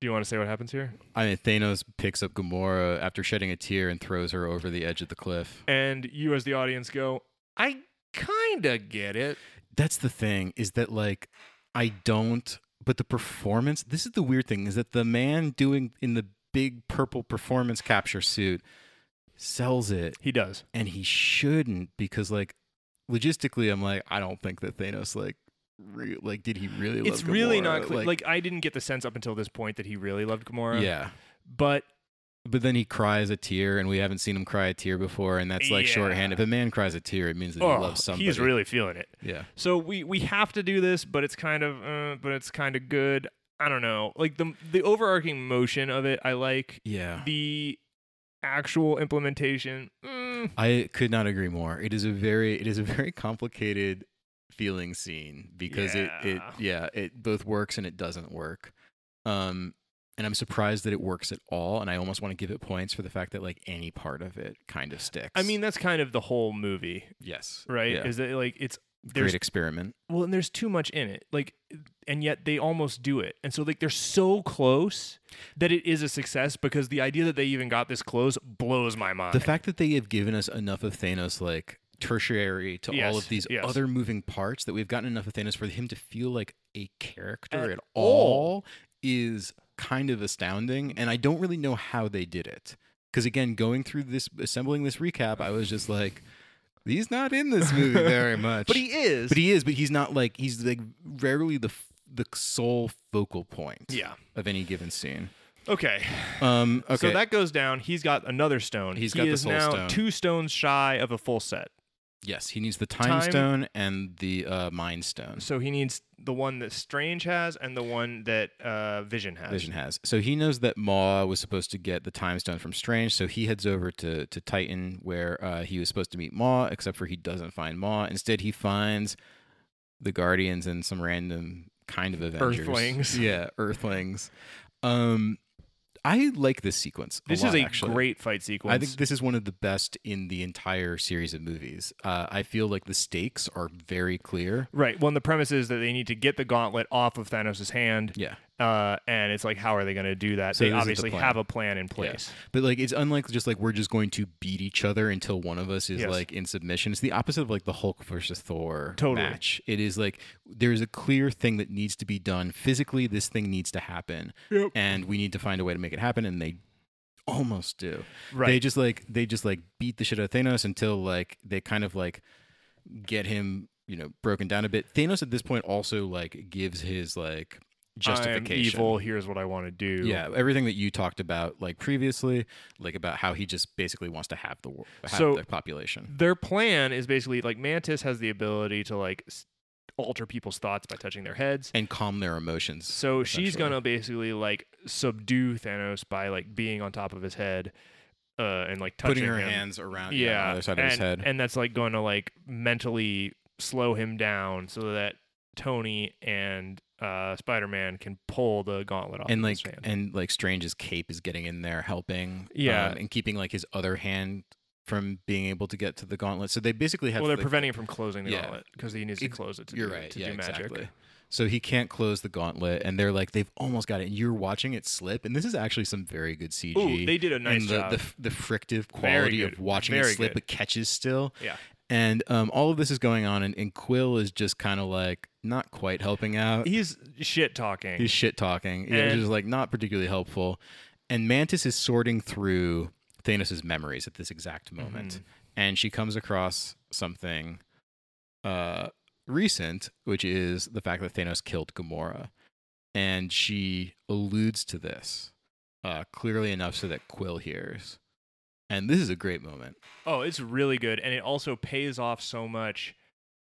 do you want to say what happens here? I mean, Thanos picks up Gamora after shedding a tear and throws her over the edge of the cliff. And you, as the audience, go, "I kinda get it." That's the thing is that like I don't, but the performance. This is the weird thing is that the man doing in the big purple performance capture suit sells it, He does. and he shouldn't because like logistically, I'm like I don't think that Thanos like re- like did he really? it's love really Gamora? not clear. Like, I didn't get the sense up until this point that he really loved Gamora. yeah. But But then he cries a tear, and we haven't seen him cry a tear before, and that's like Yeah. shorthand. If a man cries a tear, it means that he oh, loves somebody. he's really feeling it. yeah. So we we have to do this, but it's kind of uh, but it's kind of good. I don't know. Like the the overarching motion of it, I like Yeah. the actual implementation. Mm, I could not agree more. It is a very it is a very complicated feeling scene because it it Yeah. yeah, it both works and it doesn't work. Um and I'm surprised that it works at all and I almost want to give it points for the fact that like any part of it kind of sticks. I mean, that's kind of the whole movie, yes. right? Yeah. Is that like it's there's Great experiment. well, and there's too much in it, like, and yet they almost do it, and so like they're so close that it is a success because the idea that they even got this close blows my mind. The fact that they have given us enough of Thanos like tertiary to all Yes, of these yes. other moving parts that we've gotten enough of Thanos for him to feel like a character At at, all. all is kind of astounding and I don't really know how they did it. Cuz again going through this assembling this recap I was just like he's not in this movie very [LAUGHS] much. but he is. but he is but he's not like he's like rarely the f- the sole focal point yeah. of any given scene. Okay. Um okay. So that goes down. He's got another stone. He's he got the is soul now stone. two stones shy of a full set. yes, he needs the time, Time- stone and the uh mind stone. So he needs the one that Strange has and the one that uh, Vision has. Vision has. So he knows that Maw was supposed to get the time stone from Strange, so he heads over to, to Titan where uh, he was supposed to meet Maw, except for he doesn't find Maw. Instead, he finds the Guardians and some random kind of Avengers. Earthlings. Yeah, Earthlings. Um, I like this sequence. This a is lot, a actually. great fight sequence. I think this is one of the best in the entire series of movies. Uh, I feel like the stakes are very clear. Right. Well, and the premise is that they need to get the gauntlet off of Thanos' hand, Yeah. uh, and it's like, how are they going to do that? So they this is the obviously plan. have a plan in place. But like it's unlike just like we're just going to beat each other until one of us is Yes. like in submission. It's the opposite of like the Hulk versus Thor Totally. match. It is like there's a clear thing that needs to be done. Physically, this thing needs to happen. Yep. And we need to find a way to make it happen. And they almost do. Right. They just like they just like beat the shit out of Thanos until like they kind of like get him, you know, broken down a bit. Thanos at this point also like gives his like I justification. am evil. Here's what I want to do. Yeah, everything that you talked about, like previously, like about how he just basically wants to have the wor- have So- the population. Their plan is basically like Mantis has the ability to like s- alter people's thoughts by touching their heads. and calm their emotions. So she's essentially. gonna basically like subdue Thanos by like being on top of his head, uh, and like touching putting her him. hands around yeah, yeah, on the other side and, of his head. and that's like going to like mentally slow him down so that Tony and uh, Spider Man can pull the gauntlet off. and of like his hand. and like Strange's cape is getting in there helping Yeah. um, and keeping like his other hand from being able to get to the gauntlet so they basically have well, they're like, preventing him from closing the Yeah. gauntlet because he needs to Ex- close it to you're do, right to yeah do magic. exactly so he can't close the gauntlet and they're like they've almost got it and you're watching it slip and this is actually some very good cg Ooh, they did a nice and the, job. the the frictive Very quality of good. watching Very it slip good. but catches still [LAUGHS] Yeah. and um, all of this is going on and, and quill is just kind of like not quite helping out He's shit talking. He's shit talking. Yeah, which And- is like not particularly helpful. And Mantis is sorting through Thanos' memories at this exact Mm-hmm. moment. And she comes across something uh recent, which is the fact that Thanos killed Gamora. And she alludes to this uh clearly enough so that Quill hears. And this is a great moment. oh, it's really good, and it also pays off so much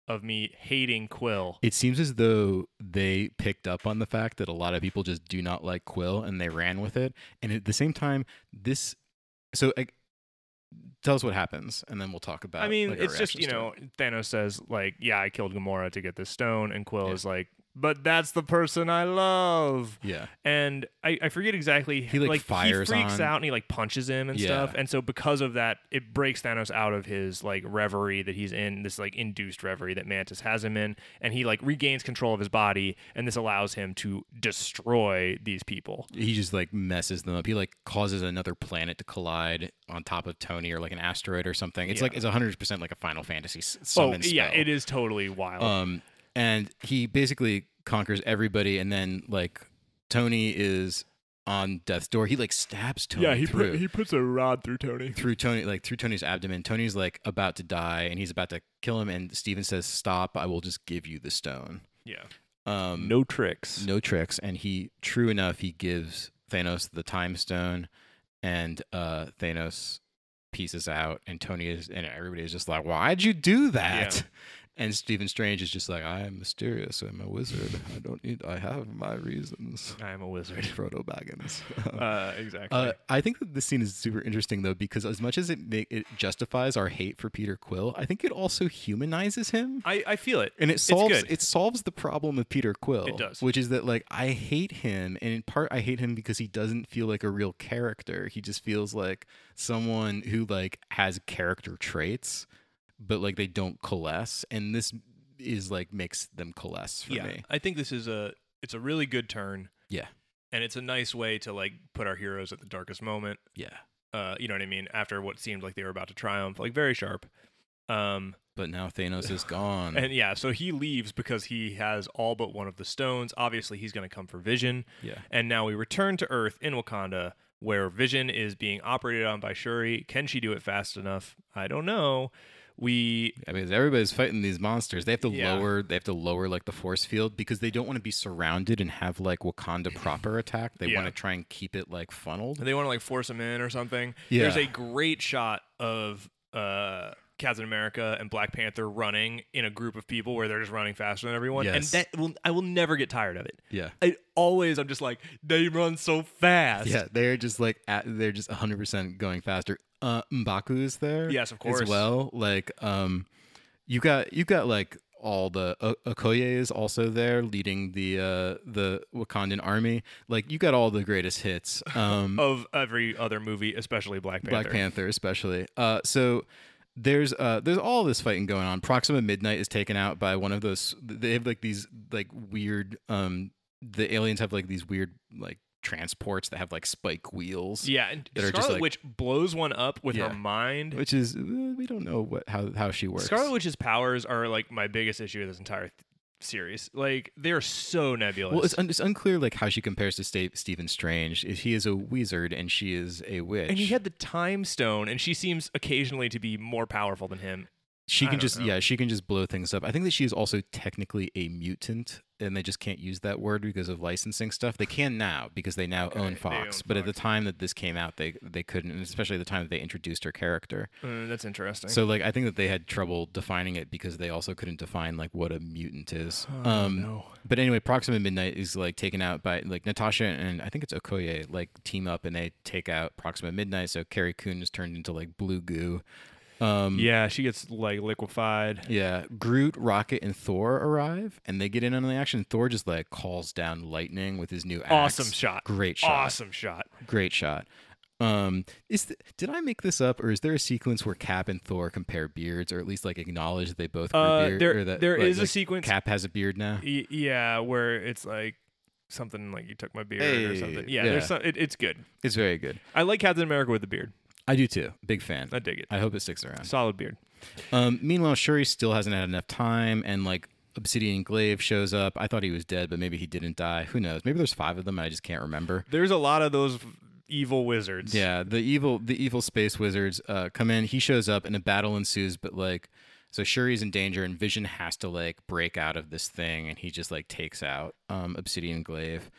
of me hating Quill. It seems as though they picked up on the fact that a lot of people just do not like Quill and they ran with it. And at the same time, this. So I, tell us what happens and then we'll talk about I mean, like, our it's just reactions you to know, it. Thanos says like, "Yeah, I killed Gamora to get this stone," and Quill Yeah. is like, "But that's the person I love." Yeah. And I, I forget exactly. He, like, fires He freaks on- out and he like punches him and Yeah. stuff. And so because of that, it breaks Thanos out of his like reverie that he's in, this like induced reverie that Mantis has him in, and he like regains control of his body, and this allows him to destroy these people. Oh, He just like messes them up. He like causes another planet to collide on top of Tony or like an asteroid or something. It's Yeah. like it's 100% like a Final Fantasy s- summon oh yeah, spell. it is totally wild. Um, and he basically conquers everybody, and then like Tony is on death's door. He like stabs Tony. through. puts a rod through Tony. through Tony, like through Tony's abdomen, Tony's like about to die, and he's about to kill him. And Steven says, "Stop! I will just give you the stone." Yeah, Um, no tricks. no tricks. And he, true enough, he gives Thanos the time stone, and uh, Thanos pieces out, and Tony is, and everybody is just like, "Why'd you do that?" [LAUGHS] And Stephen Strange is just like, "I am mysterious. I'm a wizard. I don't need. I have my reasons." I'm a wizard. Frodo Baggins. [LAUGHS] [LAUGHS] Uh, exactly. Uh, I think that this scene is super interesting though because as much as it ma- it justifies our hate for Peter Quill, I think it also humanizes him. I, I feel it. And it solves good. it solves the problem of Peter Quill. It does. Which is that like I hate him and in part I hate him because he doesn't feel like a real character. He just feels like someone who like has character traits but like they don't coalesce and this is like makes them coalesce for yeah, me. I think this is a it's a really good turn. Yeah. and it's a nice way to like put our heroes at the darkest moment. Yeah. Uh, you know what I mean? After what seemed like they were about to triumph, like very sharp. Um, But now Thanos is gone. and yeah, so he leaves because he has all but one of the stones. Obviously, he's going to come for Vision. yeah. And now we return to Earth in Wakanda, where Vision is being operated on by Shuri. Can she do it fast enough? I don't know. We I mean, everybody's fighting these monsters. They have to Yeah. lower. They have to lower like the force field because they don't want to be surrounded and have like Wakanda proper attack. They Yeah. want to try and keep it like funneled. they want to like force him in or something. Yeah. There's a great shot of uh Captain America and Black Panther running in a group of people where they're just running faster than everyone. Yes. And that will I will never get tired of it. Yeah, I always I'm just like, they run so fast. yeah. They're just like at, they're just 100 percent going faster. Uh, Mbaku is there. Yes, of course. As well, like um, you got you got like all the uh, Okoye is also there leading the uh the Wakandan army. Like you got all the greatest hits. Um, Of every other movie, especially Black Panther. Black Panther, especially. Uh, so there's uh, there's all this fighting going on. Proxima Midnight is taken out by one of those. They have like these like weird. Um, the aliens have like these weird like transports that have like spike wheels. Yeah, and That are just Scarlet like- Witch blows one up with Yeah. her mind. Which is uh, we don't know what how how she works. Scarlet Witch's powers are like my biggest issue with this entire th- series. Like they are so nebulous. Well, it's, un- it's unclear like how she compares to Sta- Stephen Strange. If he is a wizard and she is a witch, and he had the time stone and she seems occasionally to be more powerful than him She I can don't just know. yeah, she can just blow things up. I think that she is also technically a mutant and they just can't use that word because of licensing stuff. They can now because they now they own own Fox, but at the Fox. time that this came out they they couldn't, and especially the time that they introduced her character. Uh, that's interesting. So like I think that they had trouble defining it because they also couldn't define like what a mutant is. Oh, um no. but anyway, Proxima Midnight is like taken out by like Natasha and I think it's Okoye like team up and they take out Proxima Midnight. So Carrie Coon is turned into like blue goo. Um, yeah, she gets like liquefied. yeah, Groot, Rocket, and Thor arrive, and they get in on the action. Thor just like calls down lightning with his new axe. Awesome shot. Great shot. Awesome shot. Great shot. Um, is th- did I make this up, or is there a sequence where Cap and Thor compare beards, or at least like acknowledge that they both grew Uh, beard? there- or that, there like, is a like, sequence- Cap has a beard now. Y- yeah, where it's like something like you took my beard or Hey, something. Yeah, yeah. there's some, it, it's good. It's very good. I like Captain America with the beard. I do too. Big fan. I dig it. I hope it sticks around. Solid beard. Um, meanwhile, Shuri still hasn't had enough time, and like Obsidian Glaive shows up. I thought he was dead, but maybe he didn't die. Who knows? Maybe there's five of them. And I just can't remember. There's a lot of those evil wizards. Yeah, the evil, the evil space wizards uh, come in. He shows up, and a battle ensues. But like, so Shuri's in danger, and Vision has to like break out of this thing, and he just like takes out um, Obsidian Glaive.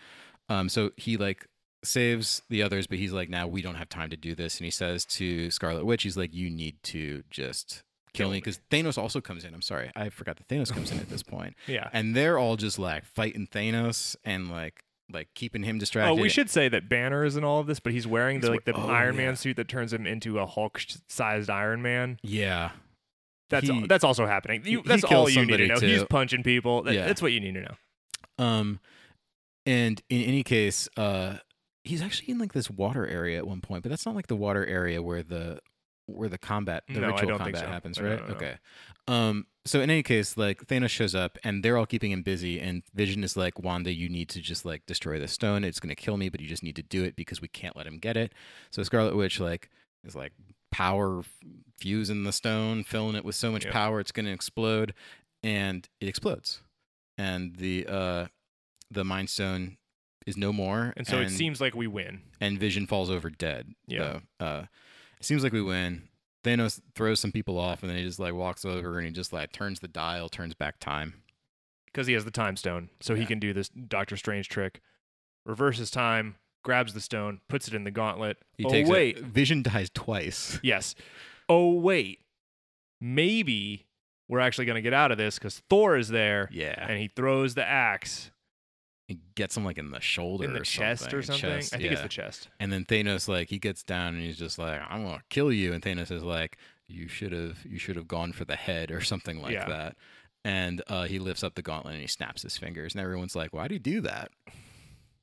Um, so he like saves the others, but he's like, now we don't have time to do this. And he says to Scarlet Witch, he's like, you need to just kill me because Thanos also comes in. I'm sorry, I forgot that Thanos comes in at this point, Yeah. and they're all just like fighting Thanos and like like keeping him distracted. Oh, we should say that Banner is in all of this, but he's wearing the He's like the we- oh, Iron yeah. Man suit that turns him into a Hulk-sized Iron Man. Yeah. That's He- that's also happening. You, he that's kills all you need to somebody, know. He's too. punching people. That- Yeah. That's what you need to know. Um, and in any case, uh, he's actually in like this water area at one point, but that's not like the water area where the where the combat, the No, I ritual don't think combat so. happens, No, no, right? no, no. Okay. Um, so in any case, like Thanos shows up, and they're all keeping him busy, and Vision is like, Wanda, you need to just like destroy the stone. It's gonna kill me, but you just need to do it because we can't let him get it. So Scarlet Witch like is like power f- fusing the stone, filling it with so much Yep. power it's gonna explode, and it explodes, and the uh the Mind Stone is no more, And so it seems like we win. and Vision falls over dead. Yeah. So, uh, it seems like we win. Thanos throws some people off, and then he just like walks over and he just like turns the dial, turns back time. because he has the time stone, so he Yeah. can do this Doctor Strange trick, reverses time, grabs the stone, puts it in the gauntlet. He oh takes it- wait, Vision dies twice. yes. Oh wait, maybe we're actually gonna get out of this because Thor is there, Yeah, and and he throws the axe he gets him like in the shoulder, in the or chest something. or something. Chest, I think it's yeah. the chest. And then Thanos like he gets down and he's just like, "I'm gonna kill you," and Thanos is like, "You should have, you should have gone for the head or something like Yeah. that." And uh, he lifts up the gauntlet and he snaps his fingers, and everyone's like, "Why do you do that?"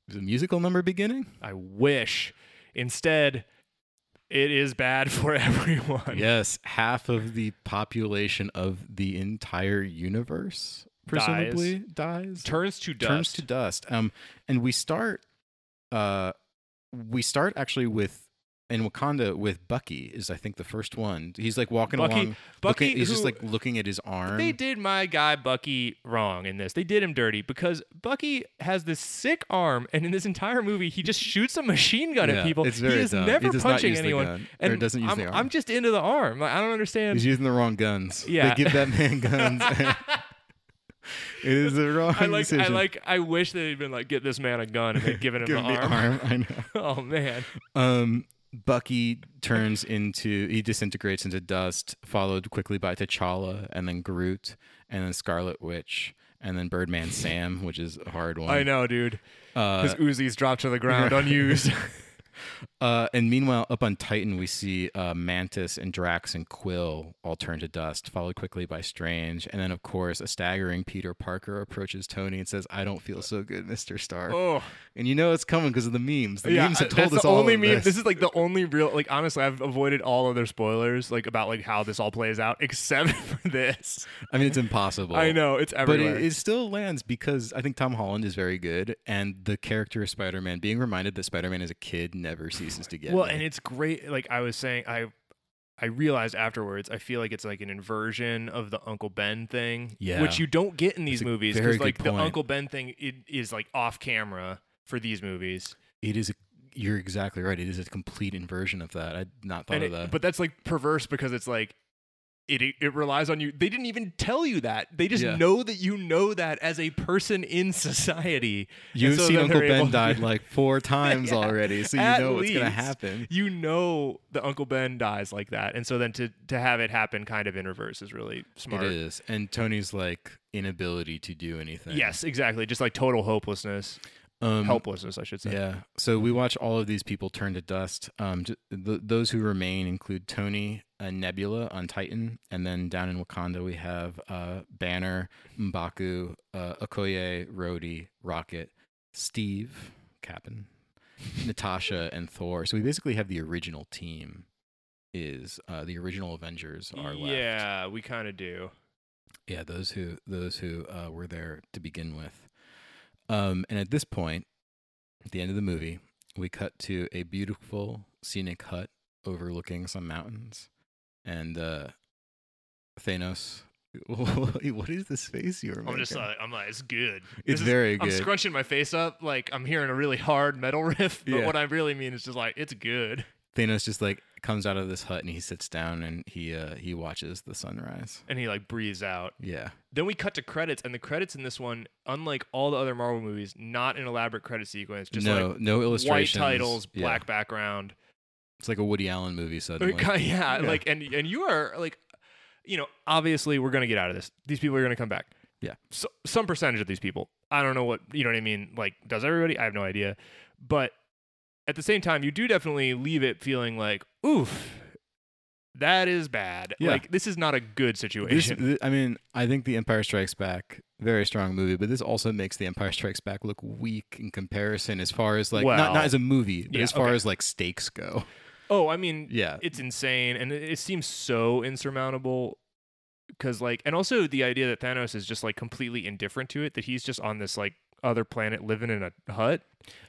Is a musical number beginning? I wish. Instead, it is bad [LAUGHS] for everyone. yes, half of the population of the entire universe presumably dies. Turns to dust. turns to dust. Um, and we start, uh, we start actually with in Wakanda with Bucky is I think the first one. He's like walking Bucky- along. Bucky, looking, he's just who- like looking at his arm. They did my guy Bucky wrong in this. They did him dirty because Bucky has this sick arm, and in this entire movie, he just shoots a machine gun Yeah, at people. it's very he is dumb. never He does not punching use the anyone. gun, or and doesn't use I'm, the arm. I'm just into the arm. Like, I don't understand. [LAUGHS] He's using the wrong guns. Yeah. they give [LAUGHS] that man [LAUGHS] guns. it is the wrong I like. decision. I like. I wish they'd been like, get this man a gun and they'd [LAUGHS] given him Give an him the arm. arm. I know. [LAUGHS] oh man. Um, Bucky turns into he disintegrates into dust, followed quickly by T'Challa, and then Groot, and then Scarlet Witch, and then Birdman [LAUGHS] Sam, which is a hard one. I know, dude. Uh, [LAUGHS] His Uzis dropped to the ground unused. uh, and meanwhile, up on Titan, we see uh, Mantis and Drax and Quill all turn to dust, followed quickly by Strange, and then of course, a staggering Peter Parker approaches Tony and says, "I don't feel so good, Mister Stark." oh. And you know it's coming because of the memes. The yeah, memes have I- told that's us the all only of meme. this. is like the only real. Like honestly, I've avoided all other spoilers, like about like how this all plays out, except [LAUGHS] for this. I mean, it's impossible. I know it's but everywhere. it, it still lands because I think Tom Holland is very good, and the character of Spider-Man being reminded that Spider-Man is a kid never ceases to get well, me. and it's great. Like I was saying, I I realized afterwards, I feel like it's like an inversion of the Uncle Ben thing, Yeah. which you don't get in these That's a movies because very good like the point. Uncle Ben thing it is like off camera for these movies, it is. A, you're exactly right. It is a complete inversion of that. I'd not thought And of it- that. but that's like perverse because it's like. it it relies on you. They didn't even tell you that. They just Yeah. know that you know that as a person in society. And You've so seen then Uncle they're Ben able- died like [LAUGHS] four times already, so you At know what's gonna least, happen. You know the Uncle Ben dies like that, and so then to to have it happen kind of in reverse is really smart. It is, and Tony's like inability to do anything. Yes, exactly. Just like total hopelessness, um, helplessness, I should say. Yeah. [LAUGHS] So we watch all of these people turn to dust. Um, j- th- those who remain include Tony and Nebula on Titan, and then down in Wakanda we have uh, Banner, Mbaku, uh, Okoye, Rhodey, Rocket, Steve, Cap'n, Natasha, and Thor. So we basically have the original team. Is uh, the original Avengers are left? Yeah, we kind of do. Yeah, those who those who uh, were there to begin with. Um, and at this point, at the end of the movie, we cut to a beautiful scenic hut overlooking some mountains, and uh, Thanos. [LAUGHS] what is this face you were making? I'm just uh, like, I'm like, it's good. This it's is- very I'm good. scrunching my face up like I'm hearing a really hard metal [LAUGHS] riff, but Yeah. what I really mean is just like it's good. Thanos just like comes out of this hut and he sits down and he uh, he watches the sunrise. And he like breathes out. Yeah, Then we cut to credits, and the credits in this one, unlike all the other Marvel movies, not an elaborate credit sequence, just no like no white illustrations. titles, Yeah. black background. It's like a Woody Allen movie suddenly. Okay, [LAUGHS] yeah, Yeah. like and and you are like, you know, obviously we're gonna get out of this. These people are gonna come back. Yeah. so, some percentage of these people. I don't know what you know what I mean. Like, does everybody? I have no idea. But at the same time, you do definitely leave it feeling like, oof, that is bad. Yeah. Like this is not a good This, situation. th- I mean, I think The Empire Strikes Back, very strong movie, but this also makes The Empire Strikes Back look weak in comparison as far as like not, Well, not as a movie, but yeah, as far okay. as like [LAUGHS] stakes go. oh, I mean, Yeah. it's insane and it, it seems so insurmountable because like and also the idea that thanos is just like completely indifferent to it that he's just on this like other planet living in a hut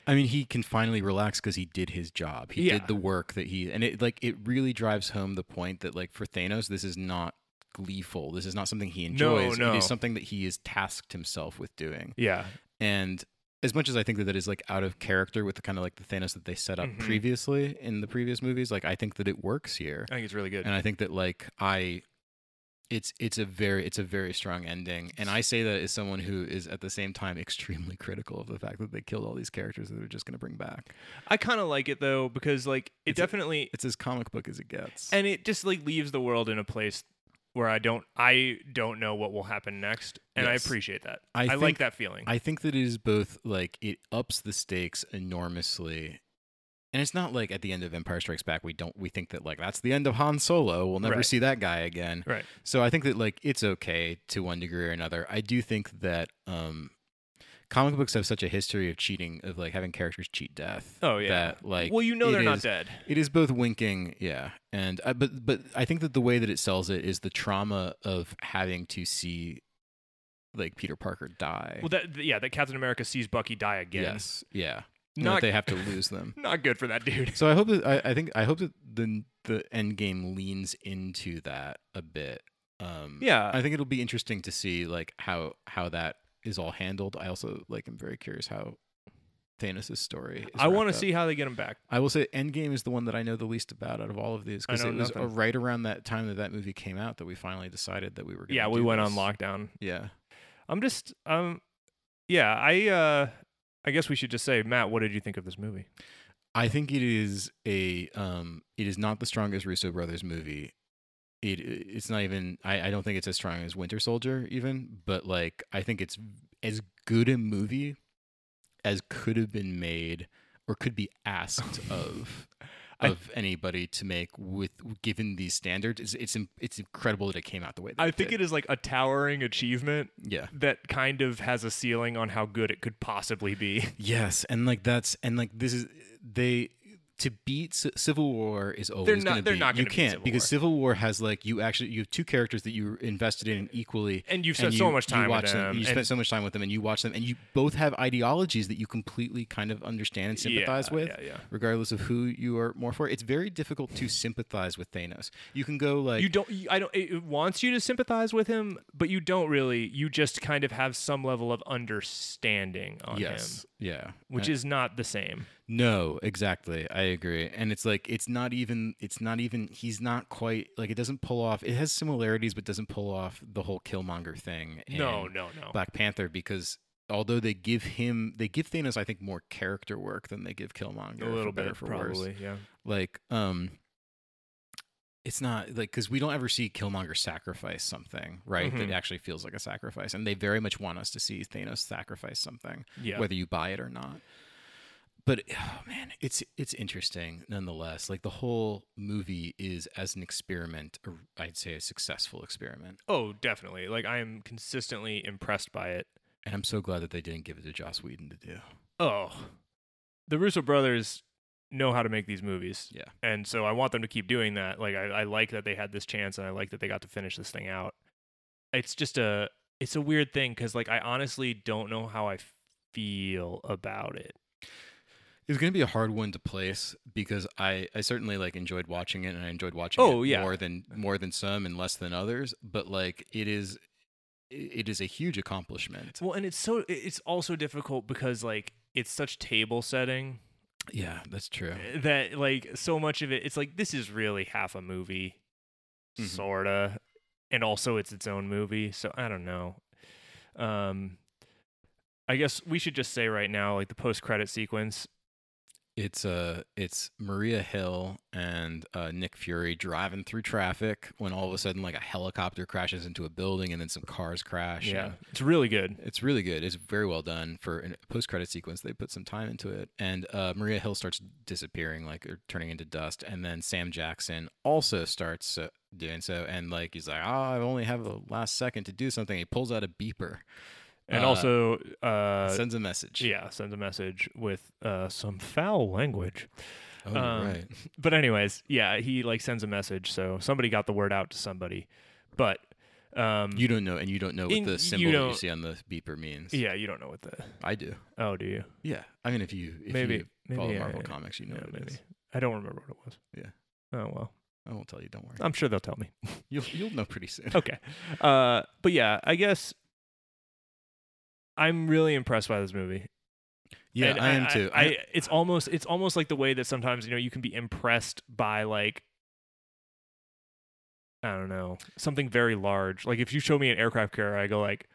I mean, he can finally relax because he did his job. He Yeah. did the work that he and it like it really drives home the point that like for Thanos, this is not gleeful. This is not something he enjoys. no. It is something that he is tasked himself with doing. yeah And as much as I think that that is like out of character with the kind of like the Thanos that they set up Mhm. previously in the previous movies, like I think that it works here. i think it's really good and I think that like I, it's it's a very it's a very strong ending, and I say that as someone who is at the same time extremely [LAUGHS] critical of the fact that they killed all these characters that they're just going to bring back. i kind of like it though because like it It's a- definitely It's as comic book as it gets. and it just like leaves the world in a place where i don't i don't know what will happen next and i Yes. appreciate that I i, think- like that feeling I think that it is both like it ups the stakes enormously. And it's not like at the end of Empire Strikes Back we don't we think that like that's the end of Han Solo, we'll never Right. see that guy again. Right. So I think that like it's okay to one degree or another. I do think that um comic books have such a history of cheating of like having characters cheat death. Oh, yeah. That like well you know it they're not is- dead it is both winking, yeah, and uh, but but I think that the way that it sells it is the trauma of having to see like Peter Parker die. well that yeah that captain america sees bucky die again Yes. Yeah. Not not they [LAUGHS] have to lose them. not good for that [LAUGHS] dude So I hope that I, I think I hope that the the end game leans into that a bit. Um, yeah I think it'll be interesting to see like how how that is all handled. I also like am very curious how Thanos' story. Is I want to wrapped up. see how they get him back. I will say Endgame is the one that I know the least about out of all of these I because know it was nothing. uh, right around that time that that movie came out that we finally decided that we were. Gonna Yeah, we do went on this. lockdown. Yeah. I'm just um yeah, I uh I guess we should just say, Matt, what did you think of this movie? I think it is a um it is not the strongest Russo brothers movie. It it's not even I, I don't think it's as strong as Winter Soldier even, but like I think it's as good a movie as could have been made or could be [LAUGHS] asked of I- of anybody to make with given these standards. It's it's, im- it's incredible that it came out the way that I think did. it is like a towering achievement yeah. that kind of has a ceiling on how good it could possibly [LAUGHS] be. Yes, and like that's and like this is they to beat C- Civil War is always not- gonna they're be- not you gonna beat can't Civil because War. Civil War has like you actually you have two characters that you invested in equally. And you've and spent so you- much time you watch with them. them. You and- spent so much time with them, and you watch them, and you both have ideologies that you completely kind of understand and sympathize yeah, with Yeah, yeah. regardless of who you are more for. It's very difficult to sympathize with Thanos. You can go like you don't you- I don't it it wants you to sympathize with him, but you don't really. You just kind of have some level of understanding on yes, Uh, yeah, him, which is not the same. No, exactly. I agree. And it's like it's not even it's not even he's not quite like it doesn't pull off. It has similarities but doesn't pull off the whole Killmonger thing. no, and no, no. Black Panther because although they give him they give Thanos I think more character work than they give Killmonger a little for better bit, for probably. worse. Yeah. Like um it's not like because we don't ever see Killmonger sacrifice something, right? That Mhm. actually feels like a sacrifice, and they very much want us to see Thanos sacrifice something Yeah. whether you buy it or not. But [SIGHS] oh man, it's it's interesting nonetheless. Like the whole movie is as an experiment, or I'd say a successful experiment. oh, definitely. Like I am consistently impressed by it. And I'm so glad that they didn't give it to Joss Whedon to do. Oh, the Russo brothers know how to make these movies. Yeah. and so I want them to keep doing that. Like I, I like that they had this chance, and I like that they got to finish this thing out. It's just a it's a weird thing because like I honestly don't know how I feel about it. It's going to be a hard one to place because I, I certainly like enjoyed watching it and I enjoyed watching Oh, it yeah. more than more than some and less than others. But like it is, it is a huge accomplishment. Well, and it's so it- it's also difficult because like it's such table setting Yeah, that's true. eh, that like so much of it it's like this is really half a movie, Mhm. sorta, and also it's its own movie. So I don't know. Um, I guess we should just say right now like the post credit sequence It's uh it's Maria Hill and uh, Nick Fury driving through traffic when all of a sudden like a helicopter crashes into a building and then some cars crash. Yeah, and it's really good. It's really good. It's very well done for a post credit sequence. They put some time into it. And uh, Maria Hill starts disappearing, like or turning into dust. And then Sam Jackson also starts uh, doing so. And like he's like, oh, I only have a last second to do something. He pulls out a beeper, And Uh, also, uh, sends a message. yeah, sends a message with uh, some foul language. [LAUGHS] Oh, you're um, right. But anyways, yeah, he like sends a message, so somebody got the word out to somebody. But um, You don't know, and you don't know what In- you the symbol that you don't- see on the beeper means. yeah, you don't know what the I do. oh, do you? Yeah, I mean, if you if Maybe- you maybe follow I- Marvel comics, you know yeah, what it maybe. is. I don't remember what it was. Yeah. Oh well, I won't tell you. Don't worry. I'm sure they'll tell me. [LAUGHS] You'll you'll know pretty soon. okay. Uh, but yeah, I guess I'm really impressed by this movie. Yeah, And I, am too. I, it's almost it's almost like the way that sometimes you know you can be impressed by like I don't know something very large. Like if you show me an aircraft carrier, I go like,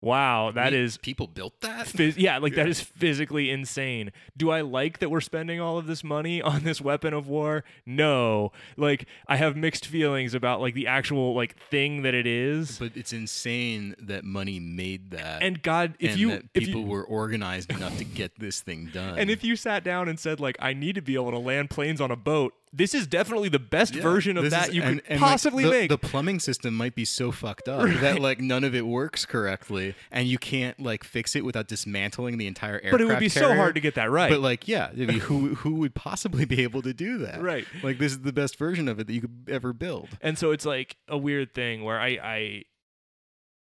"Wow, that We- is people built that. phys- yeah, like that is physically insane." Do I like that we're spending all of this money [LAUGHS] on this weapon of war? No, like I have mixed feelings about like the actual like thing that it is. [LAUGHS] but it's insane that money made that, and God, if and you that if people you were organized enough to get this thing [LAUGHS] done. And if you sat down and said, like, I need to be able to land planes on a boat, this is definitely the best Yeah, version of this that is- you and- could and, like, possibly the, make. The plumbing system might be so [LAUGHS] fucked up that like none of it works correctly, and you can't like fix it without dismantling the entire aircraft. but it would be so carrier. hard to get that right. But like, yeah, I mean, who who would possibly be able to do that? Right. Like, this is the best version of it that you could ever build. and so it's like a weird thing where I, I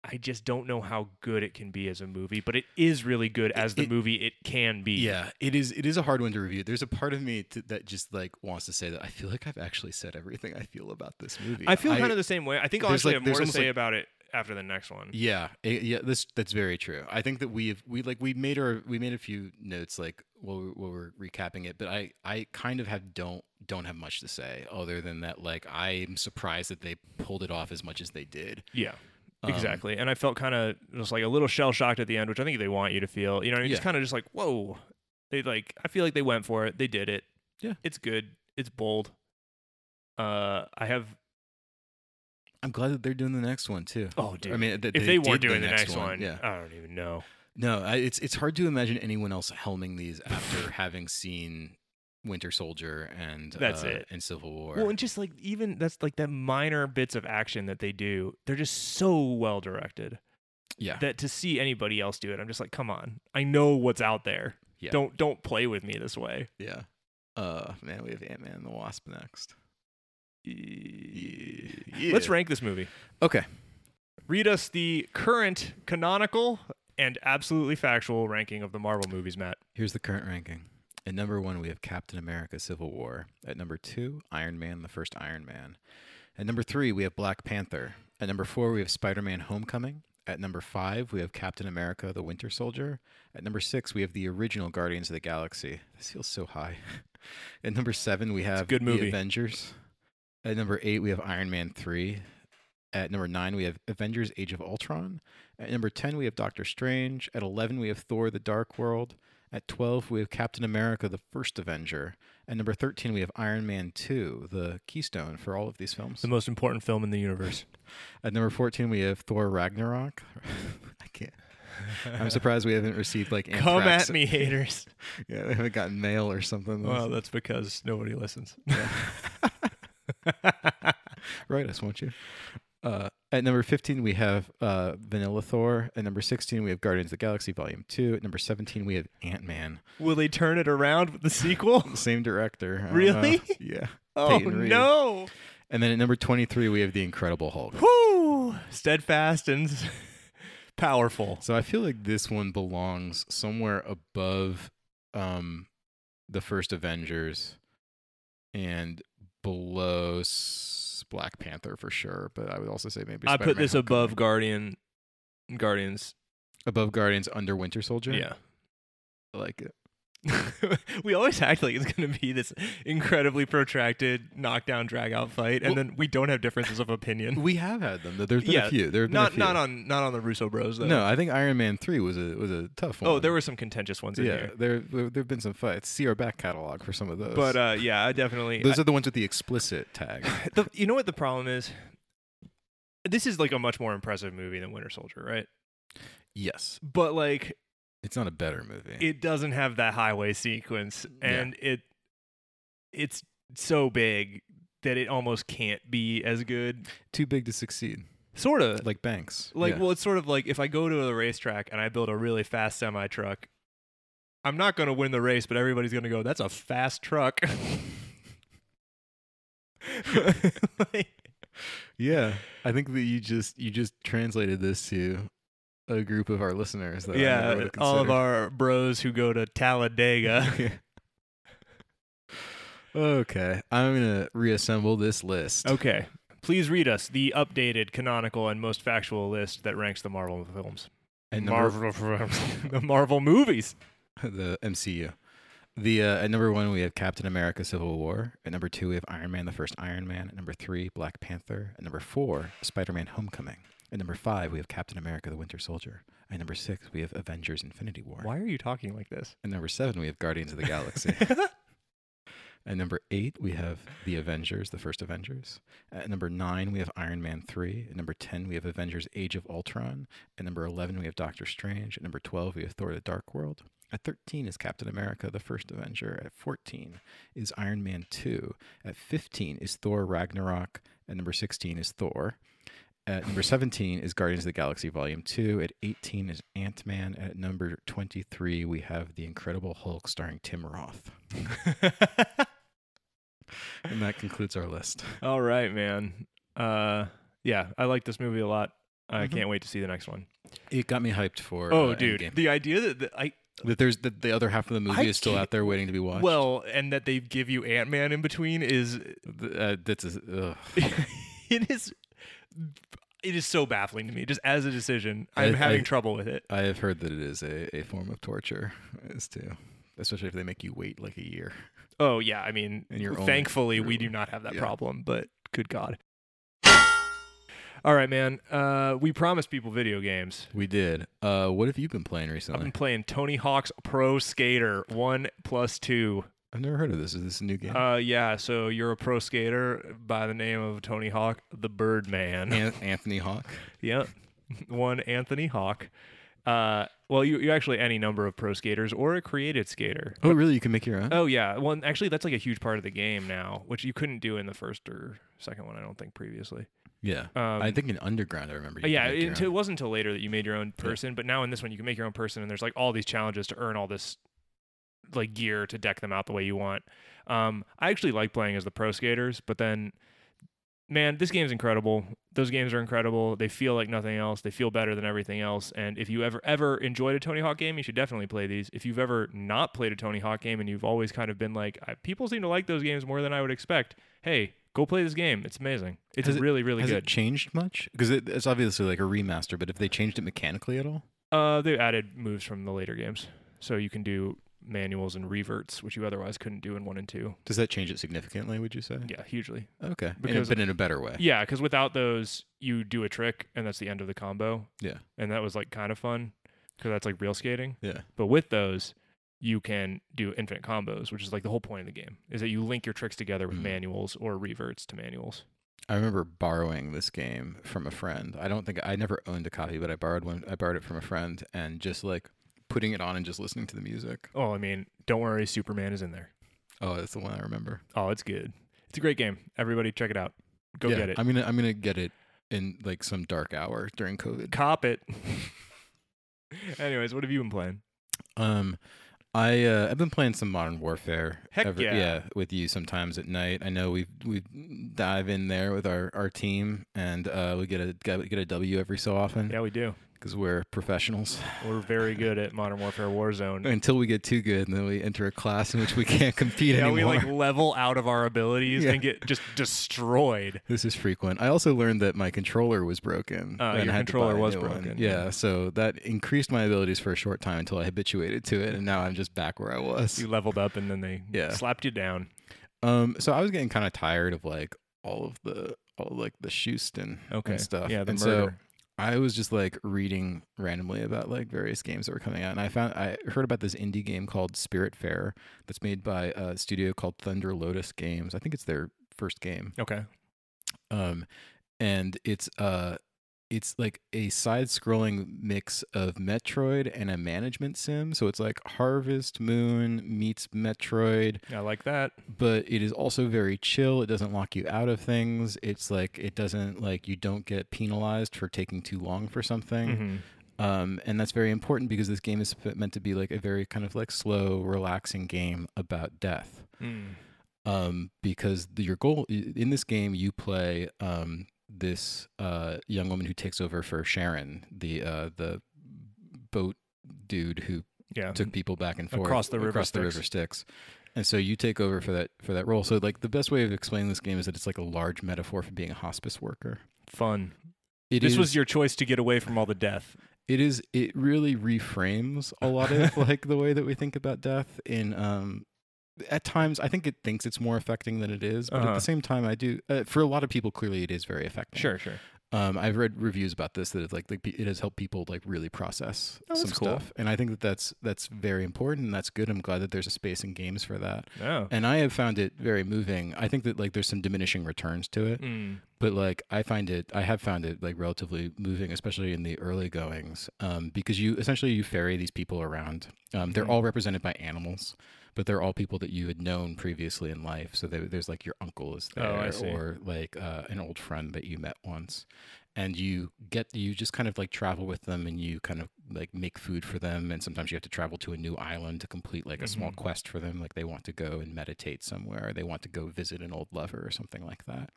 I just don't know how good it can be as a movie, but it is really good as the it- movie it can be. Yeah, it is. It is a hard one to review. There's a part of me t- that just like wants to say that I feel like I've actually said everything I feel about this movie. I feel kind of the same way. I think I'll there's, actually like- have there's more to almost, say like- about it after the next one. Yeah, eh, yeah. This that's very true. I think that we've we like we made our we made a few notes like while we while we're recapping it, but I I kind of have don't don't have much to say other than that like I'm surprised that they pulled it off as much as they did. Yeah. Um, Exactly. and I felt kind of just like a little shell shocked at the end, which I think they want you to feel. You know, what I mean? just Yeah. kind of just like, whoa. They like, I feel like they went for it. They did it. Yeah. It's good. It's bold. Uh, I have. I'm glad that they're doing the next one too. Oh, I mean, that if they, weren't did doing the next, one, yeah. I don't even know. No, I, it's it's hard to imagine anyone else helming these after [LAUGHS] having seen Winter Soldier and That's uh, it. and Civil War. Well, and just like even that's like that minor bits of action that they do, they're just so well directed yeah, that to see anybody else do it, I'm just like, come on, I know what's out there. Yeah. Don't don't play with me this way. yeah. Uh, man, we have Ant Man and the Wasp next. Yeah. Let's rank this movie. Okay. read us the current canonical and absolutely factual ranking of the Marvel movies, Matt. Here's the current ranking. At number one, we have Captain America: Civil War. At number two, Iron Man: The First Iron Man. At number three, we have Black Panther. At number four, we have Spider-Man: Homecoming. At number five, we have Captain America: The Winter Soldier. At number six, we have the original Guardians of the Galaxy. This feels so high. [LAUGHS] At number seven, we have good movie. the Avengers. At number eight, we have Iron Man three. At number nine, we have Avengers: Age of Ultron. At number ten, we have Doctor Strange. At eleven, we have Thor: The Dark World. At twelve, we have Captain America: The First Avenger. At number thirteen, we have Iron Man two, the keystone for all of these films. the most important film in the universe. At number 14, we have Thor Ragnarok. [LAUGHS] I can't. I'm surprised we haven't received like Come anthrax. at me, haters. Yeah, we haven't gotten mail or something. [LAUGHS] Well, that's because nobody listens. Write us, won't you? Uh, at number 15, we have uh, Vanilla Thor. At number 16, we have Guardians of the Galaxy Volume 2. At number 17, we have Ant Man. Will they turn it around with the sequel? Same director. I don't Really? [LAUGHS] know. Yeah. oh Peyton Reed. no! And then at number 23, we have The Incredible Hulk. Whoo! Steadfast and [LAUGHS] powerful. So I feel like this one belongs somewhere above um the first Avengers and below s- Black Panther for sure, but I would also say maybe I put Spider-Man this above Homecoming. Guardian. Guardians. above Guardians under Winter Soldier. Yeah. [LAUGHS] I like it. we always act like it's going to be this incredibly protracted knockdown drag out fight and Well- then we don't have differences of opinion. [LAUGHS] We have had them though. There's been Yeah, a few. There have been a Not few. not on not on the Russo Bros though. No, I think Iron Man 3 was a was a tough one. Oh, there were some contentious ones in yeah, here. there there have been some fights. See our back catalog for some of those. But uh, yeah, I definitely [LAUGHS] those are the ones with the [LAUGHS] explicit tag. the, you know what the problem is? This is like a much more impressive movie than Winter Soldier, right? yes. But like It's not a better movie. it doesn't have that highway sequence Yeah. and it it's so big that it almost can't be as good. Too big to succeed. Sort of. Like Banks. Like, Yeah. well, it's sort of like if I go to a racetrack and I build a really fast semi truck, I'm not going to win the race, but everybody's going to go, that's a fast truck. [LAUGHS] [LAUGHS] Like, Yeah, I think that you just you just translated this to a group of our listeners. That I never yeah, would've all of [LAUGHS] considered. our bros who go to Talladega. [LAUGHS] okay, I'm gonna reassemble this list. okay. Please read us the updated, canonical, and most factual list that ranks the Marvel films. At number, Marvel films. [LAUGHS] the Marvel movies. the MCU. The uh, at number one we have Captain America: Civil War. At number two we have Iron Man: The First Iron Man. At number three Black Panther. At number four Spider-Man: Homecoming. At number five we have Captain America: The Winter Soldier. At number six we have Avengers: Infinity War. Why are you talking like this? At number seven we have Guardians of the Galaxy. At number eight, we have The Avengers, the first Avengers. At number nine, we have Iron Man 3. At number 10, we have Avengers Age of Ultron. At number 11, we have Doctor Strange. At number 12, we have Thor the Dark World. At 13 is Captain America, the first Avenger. At 14 is Iron Man 2. At 15 is Thor Ragnarok. At number 16 is Thor. At number 17 is Guardians of the Galaxy Volume 2. At 18 is Ant Man. At number 23, we have The Incredible Hulk starring Tim Roth. And that concludes our list. [LAUGHS] All right, man. Uh, yeah, I like this movie a lot. I Mhm. can't wait to see the next one. It got me hyped for. Mm-hmm. Oh, uh, dude, Endgame. the idea that the, I that there's that the other half of the movie I is still can't- out there waiting to be watched. well, and that they give you Ant Man in between is [LAUGHS] Th- uh, that's a, ugh. it is it is so baffling to me. Just as a decision, I'm I- having I- trouble with it. I have heard that it is a, a form of torture. Is too, especially if they make you wait like a year. Oh yeah, I mean, And you're only- thankfully we you're- do not have that yeah. problem. But good God. All right, man. Uh, we promised people video games. We did. Uh, what have you been playing I've recently? been playing Tony Hawk's Pro Skater One Plus Two. I've never heard of this. Is this a new game? Uh, yeah. So you're a pro skater by the name of Tony Hawk, the Birdman. An- Anthony Hawk. [LAUGHS] yep. One Anthony Hawk. Uh, well, you you actually any number of pro skaters or a created skater. Oh, really? You can make your own. Oh yeah. Well, and actually, that's like a huge part of the game now, which you couldn't do in the first or second one. I don't think previously. yeah. Um, I think in Underground, I remember. You Uh, yeah, Could make it, your it own. wasn't until later that you made your own Yeah. person, but now in this one you can make your own person, and there's like all these challenges to earn all this like gear to deck them out the way you want. Um, I actually like playing as the pro skaters, but then man, this game's incredible. Those games are incredible. They feel like nothing else. They feel better than everything else. And if you ever ever enjoyed a Tony Hawk game, you should definitely play these. If you've ever not played a Tony Hawk game and you've always kind of been like, I, people seem to like those games more than I would expect. Hey, Go play this game. It's amazing. It's Has it- really, really Has good. it changed much? Because it, it's obviously like a remaster, but if they changed it mechanically at all? Uh, they added moves from the later games, so you can do manuals and reverts, which you otherwise couldn't do in one and two. Does that change it significantly, would you say? Yeah, hugely. Okay. And it- Because- but in a better way. Yeah, because without those, you do a trick, and that's the end of the combo. Yeah. and that was like kind of fun because that's like real skating. Yeah. But with those, you can do infinite combos, which is like the whole point of the game is that you link your tricks together with Mm. manuals or reverts to manuals. I remember borrowing this game from a friend. I don't think I never owned a copy, but I borrowed one. I borrowed it from a friend and just like putting it on and just listening to the music. Oh, I mean, don't worry, Superman is in there. Oh, that's the one I remember. Oh, it's good. It's a great game. Everybody, check it out. Go Yeah, get it. I'm gonna I'm gonna get it in like some dark hour during COVID. Cop it. [LAUGHS] Anyways, what have you been playing? Um, I uh, I've been playing some Modern Warfare. Heck yeah. with you sometimes at night. I know we we dive in there with our our team and uh, we get a get a W every so often Yeah, we do. because we're professionals. [LAUGHS] We're very good at Modern Warfare Warzone. Until we get too good, and then we enter a class in [LAUGHS] which we can't compete Yeah, anymore. [LAUGHS] we like level out of our abilities Yeah. and get just destroyed. This is frequent. I also learned that my controller was broken. Uh, and your I had to controller buy a was new one. broken, Yeah, yeah. so that increased my abilities for a short time until I habituated to it, and now I'm just back where I was. You leveled up and then they Yeah. slapped you down. Um, so I was getting kind of tired of like all of the all like the Houston Okay. and stuff. Yeah, the and so murder. I was just like reading randomly about like various games that were coming out, and I found I heard about this indie game called Spirit Fair that's made by a studio called Thunder Lotus Games. I think it's their first game. okay. um and it's uh it's like a side-scrolling mix of Metroid and a management sim. So it's like Harvest Moon meets Metroid, I like that. but it is also very chill. It doesn't lock you out of things. It's like it doesn't like you don't get penalized for taking too long for something. Mhm. Um, and that's very important because this game is f- meant to be like a very kind of like slow, relaxing game about death Mm. um, because the, your goal i- in this game you play um, this uh, young woman who takes over for Sharon, the uh, the boat dude who Yeah. took people back and forth Um, Across the river across the Styx. river Styx. And so you take over for that for that role. So like the best way of explaining this game is that it's like a large metaphor for being a hospice worker. Fun. It this is- was your choice to get away from all the death. it is it really reframes a [LAUGHS] lot of like the way that we think about death in um at times i think it thinks it's more affecting than it is but at Uh-huh. the same time i do uh, for a lot of people clearly it is very affecting sure. um i've read reviews about this that it's like, like pe- it has helped people like really process Oh, that's some cool. stuff and i think that that's that's very important and that's good i'm glad that there's a space in games for that No. and i have found it very moving i think that like there's some diminishing returns to it Mm. but like i find it i have found it like relatively moving especially in the early goings um, because you essentially you ferry these people around um, they're Mhm. all represented by animals but they're all people that you had known previously in life so there- there's like your uncle is Oh, I there see. or like uh, an old friend that you met once and you get you just kind of like travel with them and you kind of like make food for them and sometimes you have to travel to a new island to complete like a small Mhm. quest for them like they want to go and meditate somewhere or they want to go visit an old lover or something like that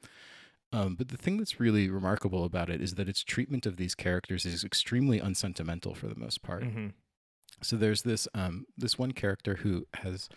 um, but the thing that's really remarkable about it is that its treatment of these characters is extremely unsentimental for the most part Mhm. so there's this um this one character who has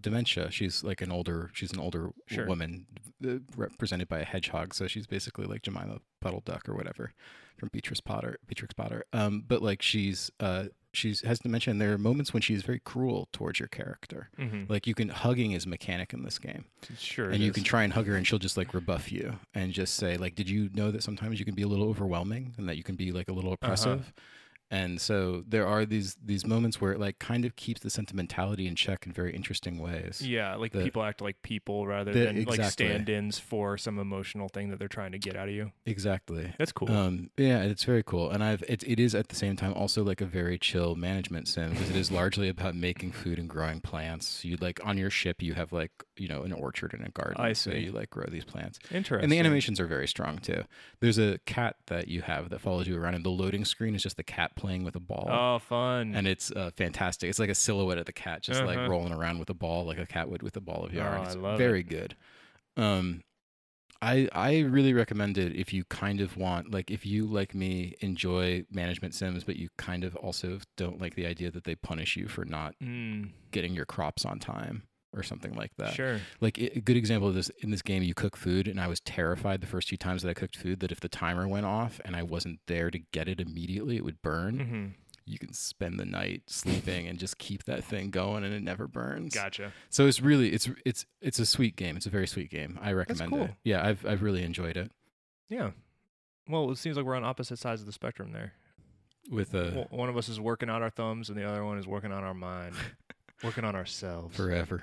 dementia she's like an older she's an older Sure. woman uh, represented by a hedgehog so she's basically like jemima puddle duck or whatever from beatrix potter beatrix potter um but like she's uh she's has dementia and there are moments when she's very cruel towards your character Mhm. like you can hugging is mechanic in this game Sure. and it you is. can try and hug her and she'll just like rebuff you and just say like did you know that sometimes you can be a little overwhelming and that you can be like a little Uh-huh. oppressive and so there are these these moments where it like kind of keeps the sentimentality in check in very interesting ways Yeah, like the- people act like people rather the- than like exactly. stand-ins for some emotional thing that they're trying to get out of you. exactly That's cool. um yeah it's very cool and i've it, it is at the same time also like a very chill management sim because it is largely about making food and growing plants you like on your ship you have like you know an orchard and a garden I so see. you like grow these plants Interesting. And the animations are very strong too. There's a cat that you have that follows you around, and the loading screen is just the cat playing with a ball. Oh, fun. And it's uh, fantastic. It's like a silhouette of the cat just like Uh-huh. rolling around with a ball, like a cat would with a ball of yarn. Oh, I it's love it. very good. Um, I I really recommend it if you kind of want, like, if you like me enjoy management sims, but you kind of also don't like the idea that they punish you for not Mm. getting your crops on time. or something like that. Sure. Like i- a good example of this in this game, you cook food, and I was terrified the first few times that I cooked food that if the timer went off and I wasn't there to get it immediately, it would burn. Mm-hmm. You can spend the night sleeping and just keep that thing going, and it never burns. Gotcha. So it's really it's it's it's a sweet game. It's a very sweet game. I recommend it. cool. Yeah, I've I've really enjoyed it Yeah. Well, it seems like we're on opposite sides of the spectrum there. with uh, Well, one of us is working out our thumbs, and the other one is working on our mind, working on ourselves. [LAUGHS] forever.